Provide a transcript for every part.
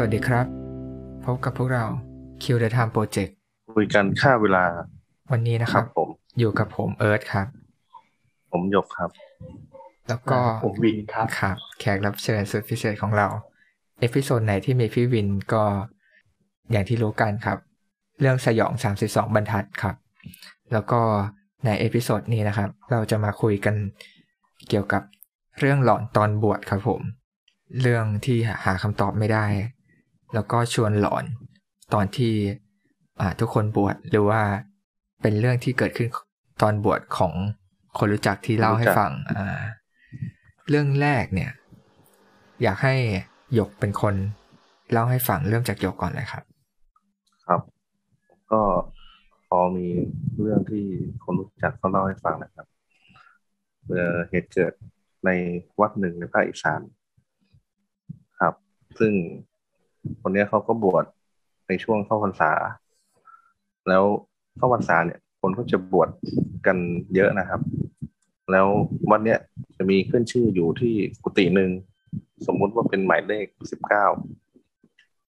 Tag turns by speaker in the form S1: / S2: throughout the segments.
S1: วัสดีครับ พบกับพวกเรา Q The Time Project
S2: คุยกันค่าเวลา
S1: วันนี้นะ
S2: ค
S1: ค
S2: รั
S1: รั
S2: บบ ผม
S1: อยู่กับผมเอิร์ธครับ
S2: ผมหยกครับ
S1: แล้วก็
S3: ผมวินครับ
S1: ครับแขกรับเชิญสุดพิเศษของเรา เอพิโซดไหนที่มีพี่วินก็อย่างที่รู้กันครับ เรื่องสยอง 32 บรรทัดครับ แล้วก็ในเอพิโซดนี้นะครับ เราจะมาคุยกันเกี่ยวกับเรื่องหลอนตอนบวชครับผม เรื่องที่หาคำตอบไม่ได้ แล้วก็ชวนหลอนตอนที่อ่าทุกคนบวชหรือว่าเป็นเรื่องที่เกิดขึ้นตอนบวชของคนรู้จักที่เล่าให้ฟังอ่าเรื่องแรกเนี่ย อยากให้หยกเป็นคนเล่าให้ฟังเริ่มจากหยกก่อนเลยครับ
S2: ครับ ก็พอมีเรื่องที่คนรู้จักเขาเล่าให้ฟังนะครับเอ่อเหตุเกิดในวัดหนึ่งในภาคอีสานครับ ซึ่งคนเนี้ยเขาก็บวชในช่วงเข้าพรรษา แล้วเข้าพรรษาเนี่ย คนก็จะบวชกันเยอะนะครับ แล้ววัดเนี้ยจะมีขึ้นชื่ออยู่ที่กุฏิหนึ่งสมมุติว่าเป็นหมายเลขสิบเก้า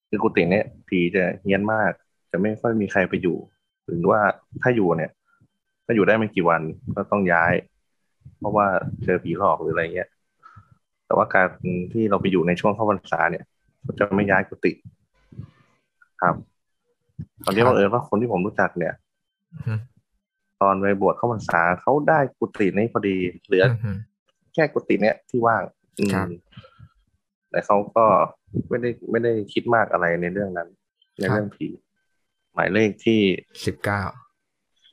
S2: คือกุฏิเนี้ยผีจะเฮี้ยนมาก จะไม่ค่อยมีใครไปอยู่ หรือว่าถ้าอยู่เนี่ย ก็อยู่ได้ไม่กี่วันก็ต้องย้าย เพราะว่าเจอผีหลอกหรืออะไรเงี้ย แต่ว่าการที่เราไปอยู่ในช่วงเข้าพรรษาเนี่ยก็จะไม่ย้ายกุฏิครับ ตอนนี้
S1: ครับ
S2: บังเอิญว่าคนที่ผมรู้จักเนี่ย
S1: อือฮึ
S2: ตอนไปบวชเข้าพรรษาเขาได้กุฏินี้พอดีเหลือ
S1: อือฮึ
S2: แค่กุฏิเนี้ยที่ว่างอืม
S1: ครับ
S2: แต่เขาก็ไม่ได้ไม่ได้คิดมากอะไรในเรื่องนั้น ในเรื่องผี หมายเลขที่
S1: สิบเก้า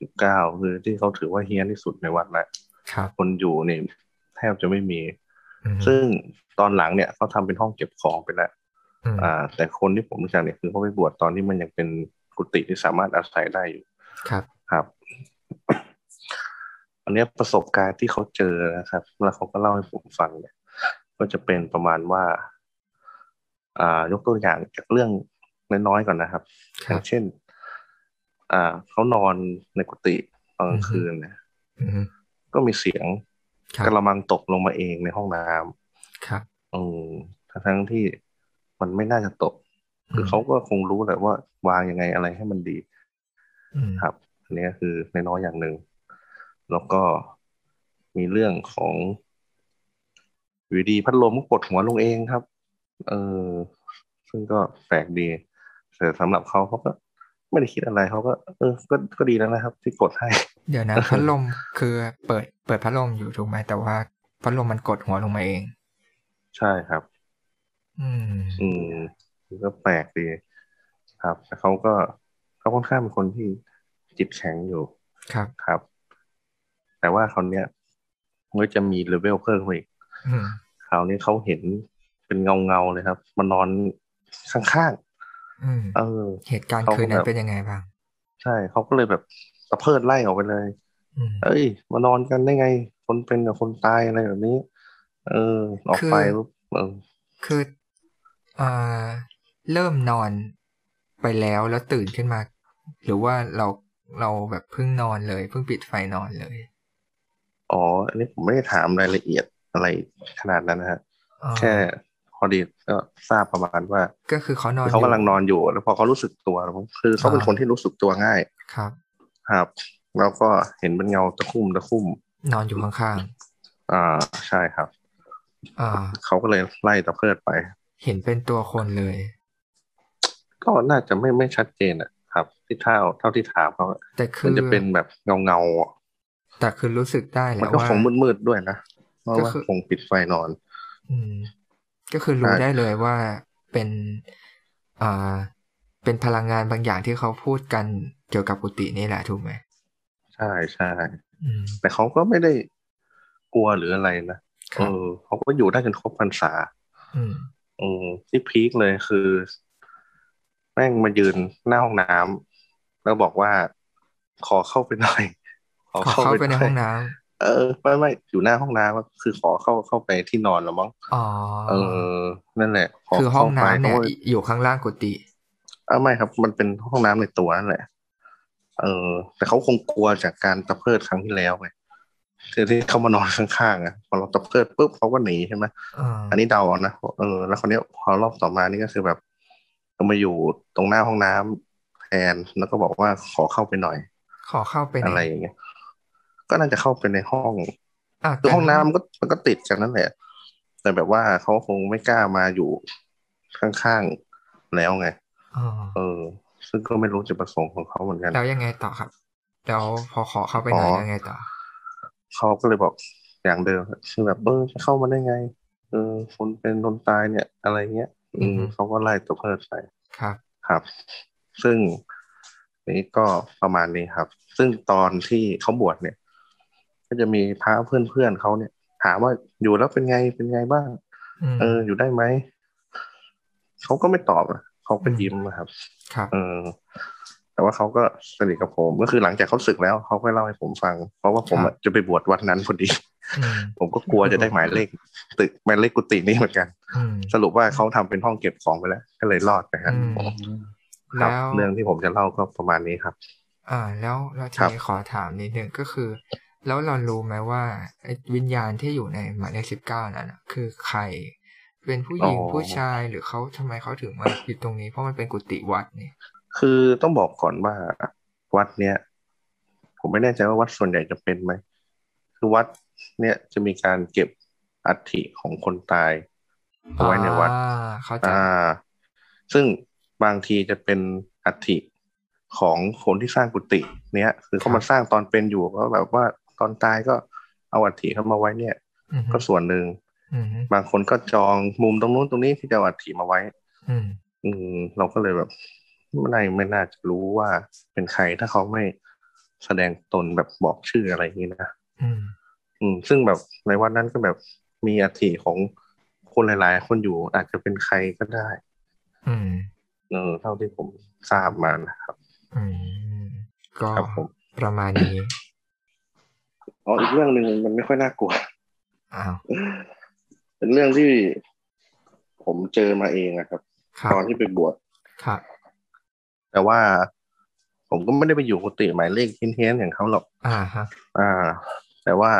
S2: สิบเก้าคือที่เขาถือว่าเฮี้ยนที่สุดในวัดละ
S1: ครับ
S2: คนอยู่เนี่ยแทบจะไม่มี
S1: อือฮึ
S2: ซึ่งตอนหลังเนี่ยเขาทำเป็นห้องเก็บของไปแล้ว
S1: อืม
S2: อ่า แต่คนที่ผมรู้จักเนี่ยคือเขาไปบวชตอนที่มันยังเป็นกุฏิที่สามารถอาศัยได้อยู่
S1: ครับ
S2: ครับ อันเนี้ยประสบการณ์ที่เขาเจอนะครับ แล้วเขาก็เล่าให้ผมฟังเนี่ย ก็จะเป็นประมาณว่า อ่ายกตัวอย่างจากเรื่องน้อยๆก่อนนะครับ
S1: ค
S2: อ
S1: รั
S2: ย่า
S1: บ
S2: งเช่น อ่าเขานอนในกุฏิตอนกลางคืนเนี่ย
S1: อือฮึ
S2: ก็มีเสียง
S1: ครับ
S2: กระมังตกลงมาเองในห้องน้ำ
S1: ครับ
S2: อืมทั้งๆที่มันไม่น่าจะตก คือ
S1: ม
S2: เขาก็คงรู้แหละว่า วางยังไงอะไรให้มันดี
S1: อืม
S2: ครับอันนี้ก็คือในน้อยๆอย่างหนึ่ง แล้วก็มีเรื่องของอยู่ดีพัดลมก็กดหัวลงเองครับ เออซึ่งก็แปลกดีแต่สำหรับเขาเขาก็ไม่ได้คิดอะไรเขาก็ เออ ก็ก็ดีแล้วนะครับ ที่กดให้
S1: เดี๋ ยวนะ พัดลมคือเปิดเปิดพัดลมอยู่ถูกไหมแต่ว่าพัดลมมันกดหัวลงมาเอง
S2: ใช่ครับ
S1: อืม
S2: อืมก็แปลกดี ครับแต่เขาก็เขาค่อนข้างเป็นคนที่จิตแข็งอยู่
S1: ครับ
S2: ครับ แต่ว่าคราวเนี้ยมันก็จะมีเลเวลเพิ่มขึ้นมาอีก
S1: อืม
S2: คราวนี้เขาเห็นเป็นเงาเงาๆเลยครับ มานอนข้าง
S1: อืม
S2: ๆ เออ
S1: เหตุการณ์
S2: เขาก็
S1: คืนนั้
S2: แบ
S1: น
S2: บ
S1: เป็นยังไงบ้าง
S2: ใช่เขาก็เลยแบบตะเพิดไล่ออกไปเลย
S1: อืม
S2: เอ้ย มานอนกันได้ไง คนเป็นกับคนตายอะไรแบบนี้ เออ ออกไป
S1: คือ
S2: ปุ๊บเออ
S1: คือเอ่อเริ่มนอนไปแล้วแล้วตื่นขึ้นมา หรือว่าเราเราแบบเพิ่งนอนเลย เพิ่งปิดไฟนอนเลย
S2: อ๋อ อันนี้ผมไม่ได้ถามรายละเอียดอะไรขนาดนั้นนะฮะ
S1: อ๋อ
S2: แค่พอดีก็ทราบประมาณว่า
S1: ก็คือเขานอน
S2: เขากำลัง
S1: อยู่
S2: นอนอยู่ แล้วพอเขารู้สึกตัวแล้วคือเขาเป็น
S1: อ่า
S2: คนที่รู้สึกตัวง่าย
S1: ครับ
S2: ครับ แล้วก็เห็นเป็นเงาตะคุ่มตะคุ่ม
S1: นอนอยู่ข้าง
S2: อ่า ใช่ครับ
S1: ๆอ่า
S2: เขาก็เลยไล่ตะเพิดไป
S1: เห็นเป็นตัวคนเลย
S2: ก็น่าจะไม่ไม่ชัดเจนอะครับ ที่เท่าเท่าที่ถามเขาอะ
S1: แต่คื
S2: มัน
S1: อ
S2: จะเป็นแบบเงาเงาๆอะ
S1: แต่คือรู้สึกได้แห
S2: มัน
S1: ละ
S2: ก็
S1: ว่า
S2: คงมืดๆด้วยนะเพราะ
S1: ก็
S2: ว่า
S1: คือ
S2: คงปิดไฟนอน
S1: อืม ก็คือรู้
S2: ใช่
S1: ได้เลยว่าเป็นอ่าเป็นพลังงานบางอย่างที่เขาพูดกันเกี่ยวกับกุฏินี่แหละถูกไหม
S2: ใช่ใช่
S1: อืม
S2: แต่เขาก็ไม่ได้กลัวหรืออะไรนะ
S1: ค
S2: เอ
S1: รับ
S2: อเขาก็อยู่ได้จนครบพรรษา
S1: อืม
S2: อืมที่พีคเลยคือ แม่งมายืนหน้าห้องน้ำแล้วบอกว่า ขอเข้าไปหน่อย
S1: ขอเข้าไปใน
S2: น่ย
S1: ห้องน้ำ
S2: เออไม่ไม่อยู่หน้าห้องน้ำก็คือขอเข้าเข้าไปที่นอนแล้วมั้ง
S1: อ๋อ
S2: เออ นั่นแหละข
S1: คือห้องน้ำ
S2: ข้าไป
S1: เนี่ย
S2: ขาก็
S1: อยู่ข้างล่างกุฏิ
S2: อ่าไม่ครับ มันเป็นห้องน้ำในตัวนั่นแหละ เออ แต่เขาคงกลัวจากการตะเพิดครั้งที่แล้วไงคือที่เขามานอนข้างๆอ่ะพอเราตะเพิดปุ๊บเขาก็หนีใช่ไหม
S1: อ่า
S2: อันนี้เดาเอานะเออ แล้วคนนี้ยพอรอบต่อมานี่ก็คือแบบ ก็มาอยู่ตรงหน้าห้องน้ำแทนแล้วก็บอกว่าขอเข้าไปหน่อย
S1: ขอเข้าไปหน
S2: อะไรอย่างเงี้ย ก็น่าจะเข้าไปในห้อง
S1: อ่ะ
S2: คือห้องน้ำมันก็มันก็ติดกันนั่นแหละ แต่แบบว่าเขาคงไม่กล้ามาอยู่ข้างๆแล้วไง
S1: อ๋อ
S2: เออ ซึ่งก็ไม่รู้จุดประสงค์ของเขาเหมือนกัน
S1: แล้วยังไงต่อครับแล้วพอขอเข้าไปหน่อย
S2: อ๋อ
S1: ยังไงต่อ
S2: เขาก็เลยบอกอย่างเดิมคือแบบเออจะเข้ามาได้ไง เออคนเป็นคนตายเนี่ย อะไรเงี้ย อื
S1: อื
S2: ม
S1: อฮึ
S2: เขาก็ไล่ตัวเพิดไป
S1: ครับ
S2: ครับ ซึ่งนี่ก็ประมาณนี้ครับ ซึ่งตอนที่เขาบวชเนี่ย ก็จะมีพระเพื่อนๆเขาเนี่ย ถามว่าอยู่แล้วเป็นไงเป็นไงบ้าง
S1: อืม
S2: เอออยู่ได้ไหม เขาก็ไม่ตอบอะเขาก็ยิ้มอะครับ
S1: ครับ
S2: เออ แต่ว่าเขาก็สนิทกับผม ก็คือหลังจากเขาศึกแล้วเขาก็เล่าให้ผมฟัง เพราะว่าผมอะจะไปบวชวัดนั้นพอดี
S1: อืม
S2: ผมก็กลัวจะได้หมาย เลข ตึกหมายเลขกุฏินี้เหมือนกัน
S1: อืม
S2: สรุปว่าเขาทำเป็นห้องเก็บของไปแล้ว ก็เลยรอดนะครับ
S1: อืม
S2: ครับ
S1: แล้ว
S2: เรื่องที่ผมจะเล่าก็ประมาณนี้ครับ
S1: อ่า แล้วเราที
S2: ครับ
S1: นี้ขอถามนิดนึงก็คือ แล้วเรารู้ไหมว่าไอ้วิญญาณที่อยู่ในหมายเลขสิบเก้านั้นน่ะคือใคร เป็นผู้หญิง
S2: อ๋อ
S1: ผู้ชายหรือเขาทำไมเขาถึงมาอยู่ตรงนี้เพราะมันเป็นกุฏิวัดนี่
S2: คือต้องบอกก่อนว่าวัดเนี้ยผมไม่แน่ใจว่าวัดส่วนใหญ่จะเป็นไหมคือวัดเนี้ยจะมีการเก็บอัฐิของคนตายเอาไว้ในวัด
S1: อ่าเข้าใจ
S2: อ่า ซึ่งบางทีจะเป็นอัฐิของคนที่สร้างกุฏิเนี้ย คือเขามาสร้างตอนเป็นอยู่ก็แบบว่าตอนตายก็เอาอัฐิเขามาไว้เนี่ย
S1: อืม
S2: ก็ส่วนหนึ่ง
S1: อืม
S2: บางคนก็จองมุมตรงนู้นตรงนี้ที่จะเอาอัฐิมาไว้
S1: อืม
S2: อืม เราก็เลยแบบไม่น่าไม่น่าจะรู้ว่าเป็นใครถ้าเขาไม่แสดงตนแบบบอกชื่ออะไรอย่างนี้นะ
S1: อืม
S2: อืม ซึ่งแบบในวัดนั้นก็แบบมีอัฐิของคนหลายๆ คนอยู่อาจจะเป็นใครก็ได้
S1: อืม
S2: เออเท่าที่ผมทราบมานะครับ
S1: อืมก็
S2: ครับผม
S1: ประมาณนี้
S2: อ๋ออีกเรื่องหนึ่งมันไม่ค่อยน่ากลัว
S1: อ้าว
S2: เป็นเรื่องที่ผมเจอมาเองนะครับ
S1: ครับ
S2: ตอนที่ไปบวช
S1: ครับ
S2: แต่ว่าผมก็ไม่ได้ไปอยู่กุฏิหมายเลขเฮี้ยนๆอย่างเขาหรอก
S1: อ่าฮะ
S2: อ่า แต่ว่า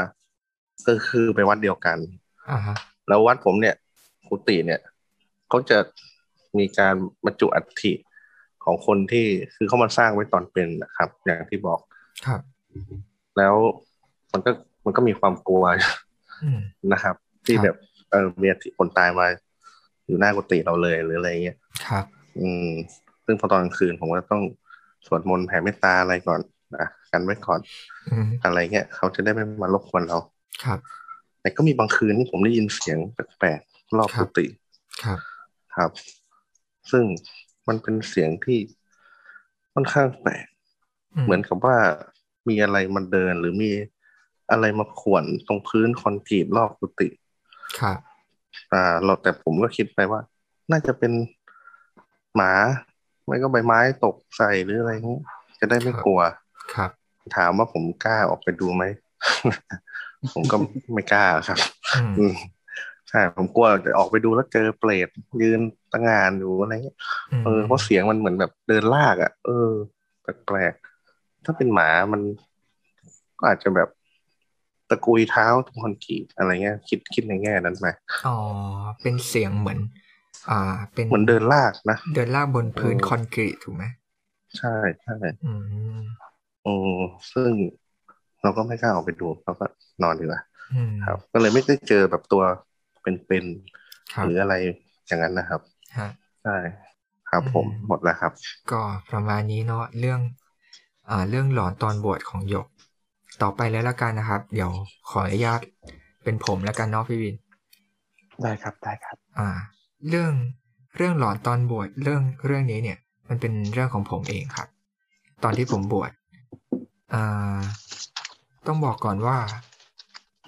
S2: ก็คือไปวัดเดียวกัน
S1: อ่าฮะ
S2: แล้ววัดผมเนี่ยกุฏิเนี่ยเขาจะมีการบรรจุอัฐิของคนที่คือเขามาสร้างไว้ตอนเป็นนะครับ อย่างที่บอก
S1: ครับ
S2: แล้วมันก็มันก็มีความกลัว
S1: อืม
S2: นะครับ ที่
S1: ครับ
S2: แบบเออมีคนตายมาอยู่หน้ากุฏิเราเลยหรืออะไรเงี้ย
S1: ครับ
S2: อืม ซึ่งพอตอนกลางคืนผมก็ต้องสวดมนต์แผ่เมตตาอะไรก่อนนะกันไว้ก่อน
S1: อืม
S2: อะไรเงี้ยเขาจะได้ไม่มารบกวนเรา
S1: ครับ
S2: แต่ก็มีบางคืนที่ผมได้ยินเสียงแปลกๆรอบกุฏิ
S1: ครับ
S2: ครับ ซึ่งมันเป็นเสียงที่ค่อนข้างแปลก เหมือนกับว่ามีอะไรมันเดินหรือมีอะไรมาข่วนตรงพื้นคอนกรีตรอบกุฏิ
S1: ครับ
S2: อ่าเราแต่ผมก็คิดไปว่า น่าจะเป็นหมา ไม่ก็ใบไม้ตกใส่หรืออะไรเงี้ยจะได้ไม่กลัว
S1: ครับ
S2: ถามว่าผมกล้าออกไปดูไหม ผมก็ไม่กล้าครับ
S1: อืม
S2: อืมใช่ผมกลัวจะออกไปดูแล้วเจอเปรตยืนตั้งงานอยู่อะไรเงี้ย
S1: ม
S2: เออเพราะเสียงมันเหมือนแบบเดินลากอ่ะ เออแปลกๆถ้าเป็นหมามัน ก็อาจจะแบบตะกุยเท้าตรงคอนกรีตอะไรเงี้ย คิดคิดในแง่นั้นไป
S1: อ๋อ เป็นเสียงเหมือน อ่า เป็น
S2: เหมือนเดินลากนะ
S1: เดินลากบนพื้น
S2: เออ
S1: คอนกรีตถูกไหม
S2: ใช่ใช่
S1: อืม
S2: โอ้ซึ่งเราก็ไม่กล้าออกไปดูเราก็นอนดีกว่า
S1: อืม
S2: ครับ ก็เลยไม่ได้เจอแบบตัวเป็น
S1: ค
S2: ๆ
S1: รับ
S2: หรืออะไรอย่างนั้นนะครับ
S1: ฮะ
S2: ใช่ครับผม
S1: อืม
S2: หมดแล้วครับ
S1: ก็ประมาณนี้เนาะเรื่อง อ่า เรื่องหลอนตอนบวชของหยก ต่อไปแล้วละกันนะครับ เดี๋ยวขออนุญาตเป็นผมแล้วกันเนาะพี่วิน
S2: ได้ครับได้ครับ
S1: อ่า เรื่องเรื่องหลอนตอนบวชเรื่องเรื่องนี้เนี่ย มันเป็นเรื่องของผมเองครับ ตอนที่ผมบวชอ่าต้องบอกก่อนว่า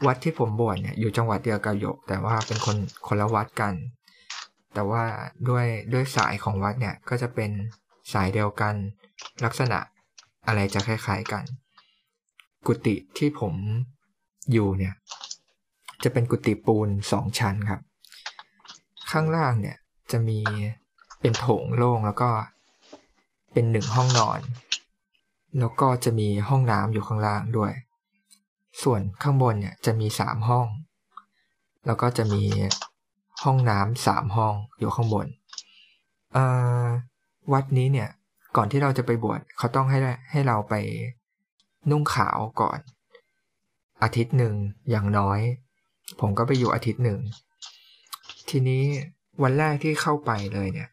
S1: วัดที่ผมบวชเนี่ยอยู่จังหวัดเดียวกับหยก แต่ว่าเป็นคนคนละวัดกัน แต่ว่าด้วยด้วยสายของวัดเนี่ยก็จะเป็นสายเดียวกัน ลักษณะอะไรจะคล้ายๆกัน กุฏิที่ผมอยู่เนี่ย จะเป็นกุฏิปูนสองชั้นครับ ข้างล่างเนี่ยจะมีเป็นโถงโล่งแล้วก็เป็นหนึ่งห้องนอน แล้วก็จะมีห้องน้ำอยู่ข้างล่างด้วย ส่วนข้างบนเนี่ยจะมีสามห้อง แล้วก็จะมีห้องน้ำสามห้องอยู่ข้างบนเอ่อ วัดนี้เนี่ย ก่อนที่เราจะไปบวชเขาต้องให้ให้เราไปนุ่งขาวก่อน อาทิตย์หนึ่งอย่างน้อย ผมก็ไปอยู่อาทิตย์หนึ่ง ทีนี้วันแรกที่เข้าไปเลยเนี่ย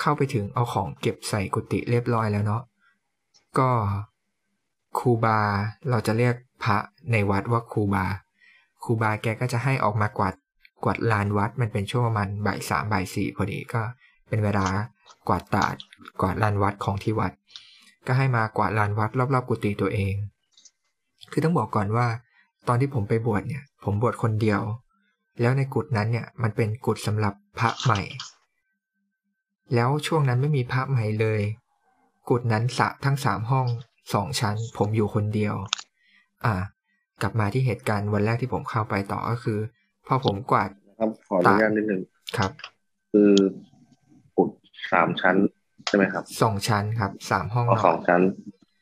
S1: เข้าไปถึงเอาของเก็บใส่กุฏิเรียบร้อยแล้วเนาะก็ครูบาเราจะเรียกพระในวัดว่าครูบาครูบาแกก็จะให้ออกมากวาดกวาดลานวัดมันเป็นช่วงประมาณบ่ายสามบ่ายสี่พอดีก็เป็นเวลากวาดตาดกวาดลานวัดของที่วัด ก็ให้มากวาดลานวัดรอบๆกุฏิตัวเอง คือต้องบอกก่อนว่า ตอนที่ผมไปบวชเนี่ย ผมบวชคนเดียว แล้วในกุฏนั้นเนี่ยมันเป็นกุฏสำหรับพระใหม่ แล้วช่วงนั้นไม่มีพระใหม่เลย กุฏนั้นสระทั้งสามห้องสองชั้น ผมอยู่คนเดียว อ่ะกลับมาที่เหตุการณ์วันแรกที่ผมเข้าไปต่อก็คือ พอผมกวาด
S2: ครับขออนุ
S1: ต่า
S2: ญาต
S1: ง
S2: นิดนึง
S1: ครับ
S2: คือกุดสามชั้นใช่ไหมครับ
S1: สองชั้นครับสามห้อง
S2: อ๋อน ส
S1: อ
S2: อง
S1: น
S2: ชั้น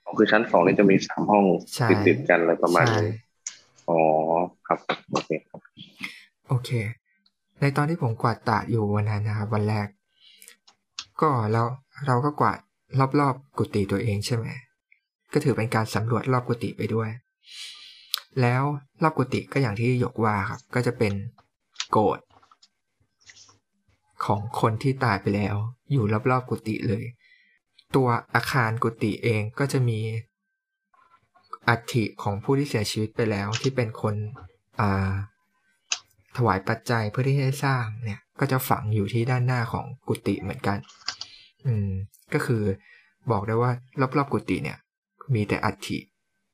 S2: อ๋อคือชั้นสองนี่จะมีสามห้อง
S1: ใช่
S2: ติดติดๆกันอะไรประมาณ
S1: ใช่
S2: นี้อ๋อครับโอเคครับ
S1: โอเค ในตอนที่ผมกวาดตาดอยู่วันนั้นนะครับวันแรก ก็เราเราก็กวาดรอบๆกุฏิตัวเองใช่ไหม ก็ถือเป็นการสำรวจรอบกุฏิไปด้วย แล้วรอบกุฏิก็อย่างที่หยกว่าครับ ก็จะเป็นโกรธของคนที่ตายไปแล้ว อยู่รอบๆกุฏิเลย ตัวอาคารกุฏิเองก็จะมีอัฐิของผู้ที่เสียชีวิตไปแล้วที่เป็นคน อ่าถวายปัจจัยเพื่อที่จะสร้างเนี่ย ก็จะฝังอยู่ที่ด้านหน้าของกุฏิเหมือนกัน อืม ก็คือบอกได้ว่ารอบๆกุฏิเนี่ย มีแต่อัฐิ